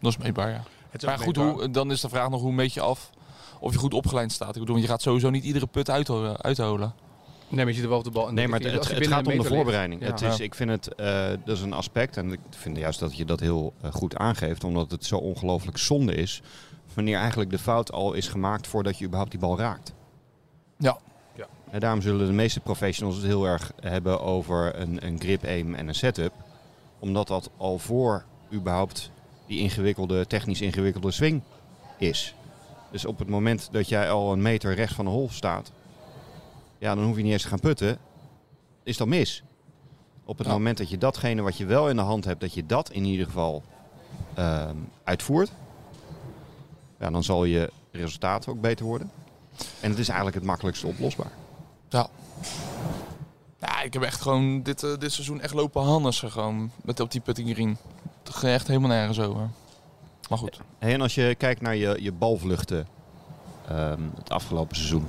[SPEAKER 3] Dat is meetbaar, ja.
[SPEAKER 2] Het
[SPEAKER 3] Maar goed, hoe, dan is de vraag nog hoe meet je af of je goed opgeleid staat. Ik bedoel, je gaat sowieso niet iedere put uitho- uitholen.
[SPEAKER 2] Nee, maar je ziet er wel op de bal.
[SPEAKER 1] Nee, maar het, het- het gaat om de voorbereiding.
[SPEAKER 2] Ja.
[SPEAKER 1] Het is, ik vind het, eh, dat is een aspect en ik vind juist dat je dat heel eh, goed aangeeft, omdat het zo ongelooflijk zonde is wanneer eigenlijk de fout al is gemaakt voordat je überhaupt die bal raakt.
[SPEAKER 3] Ja.
[SPEAKER 2] Ja.
[SPEAKER 1] En daarom zullen de meeste professionals het heel erg hebben over een, een grip aim en een setup, omdat dat al voor überhaupt die ingewikkelde, technisch ingewikkelde swing is. Dus op het moment dat jij al een meter rechts van de hol staat, ja, dan hoef je niet eens te gaan putten, is dat mis. Op het
[SPEAKER 4] Ja.
[SPEAKER 1] moment dat je datgene wat je wel in de hand hebt, dat je dat in ieder geval ehm, uitvoert, ja, dan zal je resultaat ook beter worden. En het is eigenlijk het makkelijkst oplosbaar.
[SPEAKER 3] Ja, ik heb echt gewoon dit, eh, dit seizoen echt lopen hannissen gewoon met op die putting green. Het ging echt helemaal nergens over. Maar goed.
[SPEAKER 2] Eh.
[SPEAKER 1] Hey, en als je kijkt naar je, je balvluchten ehm, het afgelopen seizoen,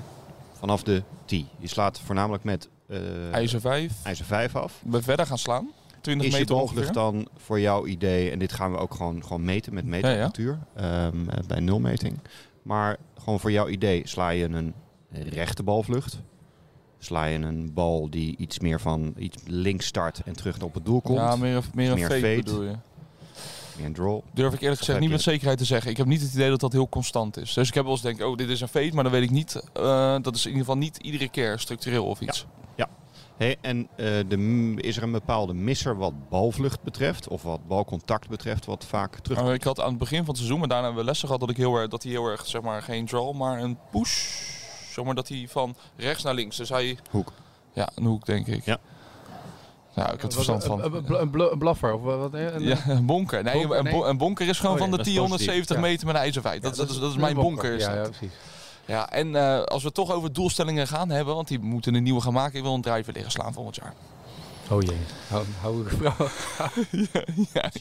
[SPEAKER 1] vanaf de tee. Je slaat voornamelijk met eh,
[SPEAKER 3] IJzer 5.
[SPEAKER 1] ijzer 5 af.
[SPEAKER 3] We verder gaan slaan. 20
[SPEAKER 1] Is je
[SPEAKER 3] meter
[SPEAKER 1] balvlucht
[SPEAKER 3] ongeveer.
[SPEAKER 1] dan voor jouw idee, en dit gaan we ook gewoon, gewoon meten met meetapparatuur ehm, eh, bij nulmeting. Maar gewoon voor jouw idee sla je een rechte balvlucht. Sla je een bal die iets meer van iets links start en terug op het doel komt.
[SPEAKER 3] Ja, meer, meer een
[SPEAKER 1] Meer
[SPEAKER 3] fade,
[SPEAKER 1] fade.
[SPEAKER 3] bedoel je.
[SPEAKER 1] Meer een draw.
[SPEAKER 3] Durf ik eerlijk
[SPEAKER 1] heb
[SPEAKER 3] gezegd niet
[SPEAKER 1] je?
[SPEAKER 3] met zekerheid te zeggen. Ik heb niet het idee dat dat heel constant is. Dus ik heb wel eens denken, oh dit is een fade, maar dan weet ik niet. eh, dat is in ieder geval niet iedere keer structureel of iets.
[SPEAKER 1] Hey, en eh, de, m- is er een bepaalde misser wat balvlucht betreft of wat balcontact betreft wat vaak terug?
[SPEAKER 3] Maar ik had aan het begin van het seizoen, maar daarna hebben we lessen gehad, dat ik heel erg, dat hij heel erg, zeg maar, geen draw, maar een push. Zomaar dat hij van rechts naar links. Dus hij...
[SPEAKER 1] Hoek.
[SPEAKER 3] Ja, een hoek, denk ik.
[SPEAKER 1] Ja.
[SPEAKER 3] Nou, ik heb er verstand van.
[SPEAKER 2] Een, bl- een bl- een blaffer of wat? Een, een-
[SPEAKER 3] Ja, een bonker. Nee,
[SPEAKER 2] Bonker,
[SPEAKER 3] een, bo-
[SPEAKER 2] nee.
[SPEAKER 3] een bonker is gewoon
[SPEAKER 2] Oh, ja,
[SPEAKER 3] van de
[SPEAKER 1] dat is
[SPEAKER 3] 10, 170
[SPEAKER 2] positief.
[SPEAKER 3] meter met een ijzer vijf. Dat, dat, is, dat is
[SPEAKER 2] een
[SPEAKER 3] mijn bonker. is
[SPEAKER 2] Ja,
[SPEAKER 3] dat.
[SPEAKER 2] ja, precies.
[SPEAKER 3] Ja, en eh, als we het toch over doelstellingen gaan hebben, want die moeten een nieuwe gaan maken. Ik wil een driver liggen slaan volgend jaar.
[SPEAKER 2] Oh jee. Hou, hou vrouw.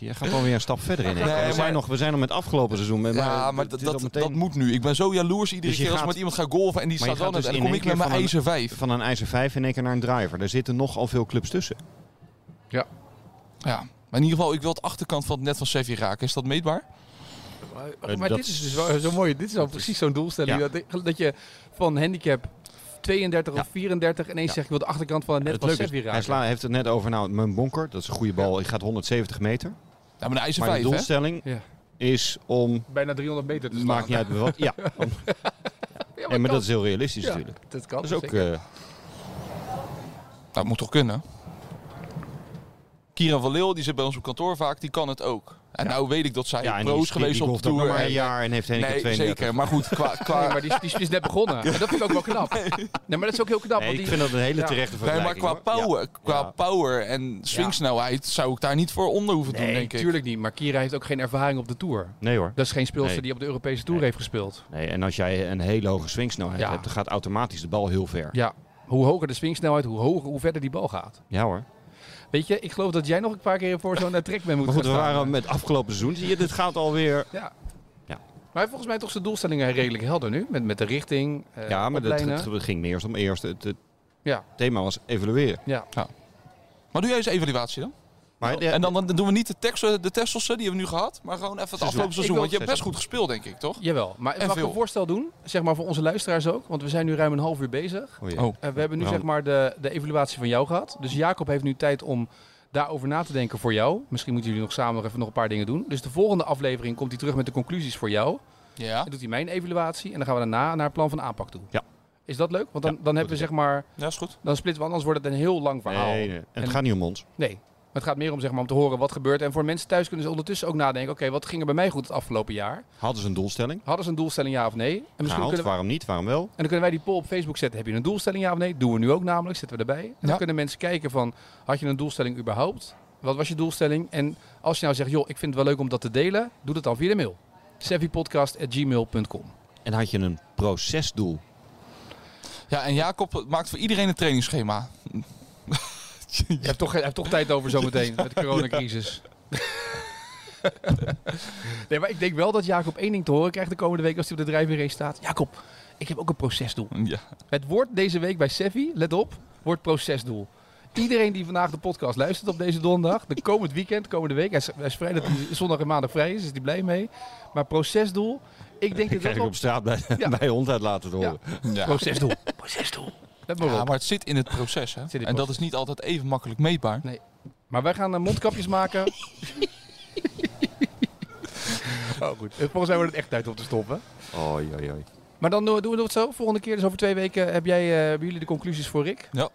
[SPEAKER 1] Je gaat alweer een stap verder in.
[SPEAKER 3] Nee,
[SPEAKER 1] ik. we,
[SPEAKER 3] maar-
[SPEAKER 1] zijn nog, we zijn nog met afgelopen seizoen. Maar,
[SPEAKER 3] ja,
[SPEAKER 1] maar
[SPEAKER 3] maar
[SPEAKER 1] het
[SPEAKER 3] dat,
[SPEAKER 1] is al
[SPEAKER 3] dat,
[SPEAKER 1] meteen
[SPEAKER 3] dat moet nu. Ik ben zo jaloers iedere
[SPEAKER 1] Dus je
[SPEAKER 3] keer als
[SPEAKER 1] gaat-
[SPEAKER 3] ik met iemand ga golven en die
[SPEAKER 1] Maar je
[SPEAKER 3] staat wel
[SPEAKER 1] gaat
[SPEAKER 3] net. En
[SPEAKER 1] dus
[SPEAKER 3] dan kom
[SPEAKER 1] in
[SPEAKER 3] ik
[SPEAKER 1] één
[SPEAKER 3] met
[SPEAKER 1] keer
[SPEAKER 3] mijn ijzer 5.
[SPEAKER 1] van een ijzer 5 in één keer naar een driver. Er zitten nogal veel clubs tussen.
[SPEAKER 3] Ja. Maar in ieder geval, ik wil het achterkant van het net van Sevi raken. Is dat meetbaar?
[SPEAKER 2] Maar,
[SPEAKER 1] dat-
[SPEAKER 2] dit is dus wel zo mooi. Dit is al precies zo'n doelstelling.
[SPEAKER 1] Ja.
[SPEAKER 2] Dat, dat je van handicap 32 of 34 ineens
[SPEAKER 1] Ja.
[SPEAKER 2] zegt ik wil de achterkant van het net
[SPEAKER 1] het
[SPEAKER 2] van
[SPEAKER 1] leuke
[SPEAKER 2] Sevi
[SPEAKER 1] is,
[SPEAKER 2] raken.
[SPEAKER 1] hij sla, heeft het net over nou, mijn bonker. Dat is een goede bal. Ik gaat 170 meter.
[SPEAKER 3] Ja, maar de ijzer
[SPEAKER 1] Maar de
[SPEAKER 3] 5, hè?
[SPEAKER 1] doelstelling
[SPEAKER 2] Ja.
[SPEAKER 1] is om...
[SPEAKER 2] Bijna 300 meter te slaan.
[SPEAKER 1] Maakt niet uit wat. Ja, om-
[SPEAKER 2] Ja,
[SPEAKER 1] nee, maar
[SPEAKER 2] kan.
[SPEAKER 1] dat is heel realistisch
[SPEAKER 2] Ja,
[SPEAKER 1] natuurlijk.
[SPEAKER 2] Dat kan.
[SPEAKER 1] Dat is ook...
[SPEAKER 2] zeker.
[SPEAKER 1] eh,
[SPEAKER 3] Dat moet toch kunnen? Kieran van Leeuw, die zit bij ons op kantoor vaak, die kan het ook. En nou weet ik dat zij
[SPEAKER 1] ja, en die,
[SPEAKER 3] pro's
[SPEAKER 1] die,
[SPEAKER 3] geweest
[SPEAKER 1] die
[SPEAKER 3] op
[SPEAKER 1] golft ook nog
[SPEAKER 3] tour.
[SPEAKER 1] maar
[SPEAKER 3] en-
[SPEAKER 1] een jaar en heeft één keer
[SPEAKER 3] Nee,
[SPEAKER 1] 32.
[SPEAKER 3] zeker. Maar goed, qua, qua,
[SPEAKER 2] Nee,
[SPEAKER 1] eh,
[SPEAKER 2] maar die, die is net begonnen. En dat vind ik ook wel knap. Nee, maar dat is ook heel knap.
[SPEAKER 1] Nee, ik
[SPEAKER 2] want die-
[SPEAKER 1] vind dat een hele
[SPEAKER 2] Ja.
[SPEAKER 1] terechte
[SPEAKER 3] Nee,
[SPEAKER 1] vergelijking.
[SPEAKER 3] maar qua
[SPEAKER 1] hoor. Ja.
[SPEAKER 3] power, qua
[SPEAKER 1] Ja.
[SPEAKER 3] power en swingsnelheid zou ik daar niet voor onder hoeven doen,
[SPEAKER 2] Nee,
[SPEAKER 3] denk ik.
[SPEAKER 2] natuurlijk niet. Maar Kira heeft ook geen ervaring op de Tour.
[SPEAKER 1] Nee hoor.
[SPEAKER 2] Dat is geen speelster
[SPEAKER 1] Nee.
[SPEAKER 2] die op de Europese Tour
[SPEAKER 1] Nee.
[SPEAKER 2] heeft gespeeld.
[SPEAKER 1] Nee, en als jij een hele hoge swingsnelheid
[SPEAKER 2] Ja.
[SPEAKER 1] hebt, dan gaat automatisch de bal heel ver.
[SPEAKER 2] Ja, hoe hoger de swingsnelheid, hoe hoger, hoe verder die bal gaat.
[SPEAKER 1] Ja hoor.
[SPEAKER 2] Weet je, ik geloof dat jij nog een paar keer voor zo'n eh, trek bent
[SPEAKER 1] Maar
[SPEAKER 2] moeten
[SPEAKER 1] goed, we
[SPEAKER 2] gaan staan.
[SPEAKER 1] waren met afgelopen seizoen. Zie je, dit gaat alweer...
[SPEAKER 2] Ja.
[SPEAKER 1] Ja.
[SPEAKER 2] Maar hij heeft volgens mij toch zijn doelstellingen redelijk helder nu. Met, met de richting, eh
[SPEAKER 1] Ja, maar dat,
[SPEAKER 2] oplijnen.
[SPEAKER 1] het het ging meer om eerst. Het, het
[SPEAKER 2] Ja.
[SPEAKER 1] thema was evalueren.
[SPEAKER 2] Ja.
[SPEAKER 3] Maar doe jij eens evaluatie dan?
[SPEAKER 1] Maar de-
[SPEAKER 3] en dan, dan doen we niet de, tekst, de testelsen, die hebben we nu gehad, maar gewoon even het afgelopen seizoen.
[SPEAKER 2] wil-
[SPEAKER 3] Want je hebt best goed gespeeld, denk ik, toch?
[SPEAKER 2] Jawel, maar
[SPEAKER 3] En
[SPEAKER 2] mag ik
[SPEAKER 3] veel.
[SPEAKER 2] een voorstel doen? Zeg maar voor onze luisteraars ook, want we zijn nu ruim een half uur bezig.
[SPEAKER 1] Oh, ja.
[SPEAKER 3] Oh.
[SPEAKER 2] Eh, we hebben nu
[SPEAKER 1] Nou.
[SPEAKER 2] zeg maar de, de evaluatie van jou gehad. Dus Jacob heeft nu tijd om daarover na te denken voor jou. Misschien moeten jullie nog samen nog even nog een paar dingen doen. Dus de volgende aflevering komt hij terug met de conclusies voor jou.
[SPEAKER 3] Ja.
[SPEAKER 2] Dan doet hij mijn evaluatie en dan gaan we daarna naar het plan van aanpak toe.
[SPEAKER 1] Ja.
[SPEAKER 2] Is dat leuk? Want dan, dan hebben we
[SPEAKER 1] goed
[SPEAKER 2] zeg maar,
[SPEAKER 3] Ja, is goed.
[SPEAKER 2] dan splitsen we, anders wordt het een heel lang verhaal.
[SPEAKER 1] Nee, nee. En het
[SPEAKER 2] En-
[SPEAKER 1] gaat niet om ons.
[SPEAKER 2] Nee. Maar het gaat meer om, zeg maar, om te horen wat gebeurt. En voor mensen thuis kunnen ze ondertussen ook nadenken. Oké, wat ging er bij mij goed het afgelopen jaar?
[SPEAKER 1] Hadden ze een doelstelling?
[SPEAKER 2] Hadden ze een doelstelling ja of nee? En misschien
[SPEAKER 1] Gehaald?
[SPEAKER 2] kunnen we,
[SPEAKER 1] Waarom niet? Waarom wel?
[SPEAKER 2] en dan kunnen wij die poll op Facebook zetten. Heb je een doelstelling ja of nee? Doen we nu ook namelijk. Zetten we erbij. En dan
[SPEAKER 3] Ja.
[SPEAKER 2] kunnen mensen kijken van, had je een doelstelling überhaupt? Wat was je doelstelling? En als je nou zegt, joh, ik vind het wel leuk om dat te delen. Doe dat dan via de mail. sevipodcast.gmail.com
[SPEAKER 1] En had je een procesdoel?
[SPEAKER 3] Ja, en Jacob maakt voor iedereen een trainingsschema.
[SPEAKER 2] Je hebt toch, je hebt toch tijd over zometeen met de coronacrisis. nee, maar ik denk wel dat Jacob één ding te horen krijgt de komende week als hij op de drijfweer race staat. Jacob, ik heb ook een procesdoel.
[SPEAKER 3] Ja.
[SPEAKER 2] Het woord deze week bij Sevi, let op, wordt procesdoel. Iedereen die vandaag de podcast luistert op deze donderdag, de komend weekend, komende week, hij is, hij is vrij dat hij zondag en maandag vrij is, is hij blij mee. Maar procesdoel, ik denk dat dat
[SPEAKER 1] Krijg ik
[SPEAKER 2] wel...
[SPEAKER 1] op straat bij,
[SPEAKER 2] Ja.
[SPEAKER 1] bij hond uit laten horen.
[SPEAKER 3] Ja.
[SPEAKER 2] Procesdoel, procesdoel. Let maar
[SPEAKER 3] Ja,
[SPEAKER 2] op.
[SPEAKER 3] maar het zit in het proces, hè?
[SPEAKER 2] zit in het
[SPEAKER 3] en dat
[SPEAKER 2] proces.
[SPEAKER 3] is niet altijd even makkelijk meetbaar.
[SPEAKER 2] Maar wij gaan eh, mondkapjes maken. oh, goed. Volgens mij wordt het echt tijd om te stoppen.
[SPEAKER 1] Oei, oei, oei.
[SPEAKER 2] eh, Maar dan doen we doen we het zo. Volgende keer, dus over twee weken, heb jij, eh, hebben jullie de conclusies voor Rick.
[SPEAKER 3] Ja.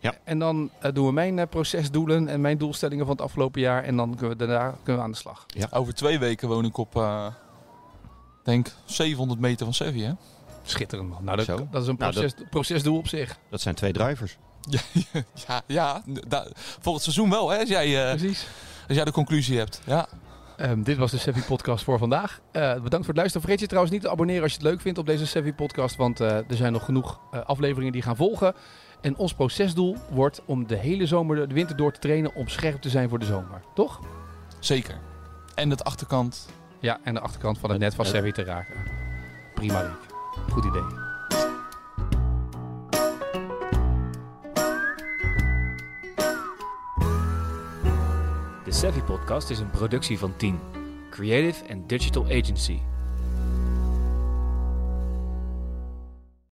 [SPEAKER 1] Ja.
[SPEAKER 2] En dan eh, doen we mijn eh, procesdoelen en mijn doelstellingen van het afgelopen jaar. En dan kunnen we daarna kunnen we aan de slag.
[SPEAKER 3] Over twee weken woon ik op, eh, denk 700 meter van Sevi, hè?
[SPEAKER 2] Schitterend man. Nou, dat,
[SPEAKER 1] Zo.
[SPEAKER 2] dat is een
[SPEAKER 1] Nou, dat-
[SPEAKER 2] proces, procesdoel op zich.
[SPEAKER 1] Dat zijn twee drivers.
[SPEAKER 3] Ja, ja da- voor het seizoen wel, hè, als jij, eh,
[SPEAKER 2] Precies.
[SPEAKER 3] als jij de conclusie hebt. Ja.
[SPEAKER 2] Ehm, dit was de Sevi Podcast voor vandaag. Eh, bedankt voor het luisteren. Vergeet je trouwens niet te abonneren als je het leuk vindt op deze Sevi Podcast. Want eh, er zijn nog genoeg eh, afleveringen die gaan volgen. En ons procesdoel wordt om de hele zomer, de- de winter door te trainen. om scherp te zijn voor de zomer. Toch?
[SPEAKER 3] Zeker. En het achterkant.
[SPEAKER 2] Ja, en de achterkant van het net van Sevi te raken. Prima, Rick. Goed idee.
[SPEAKER 6] De Savvy Podcast is een productie van 10, Creative and Digital Agency.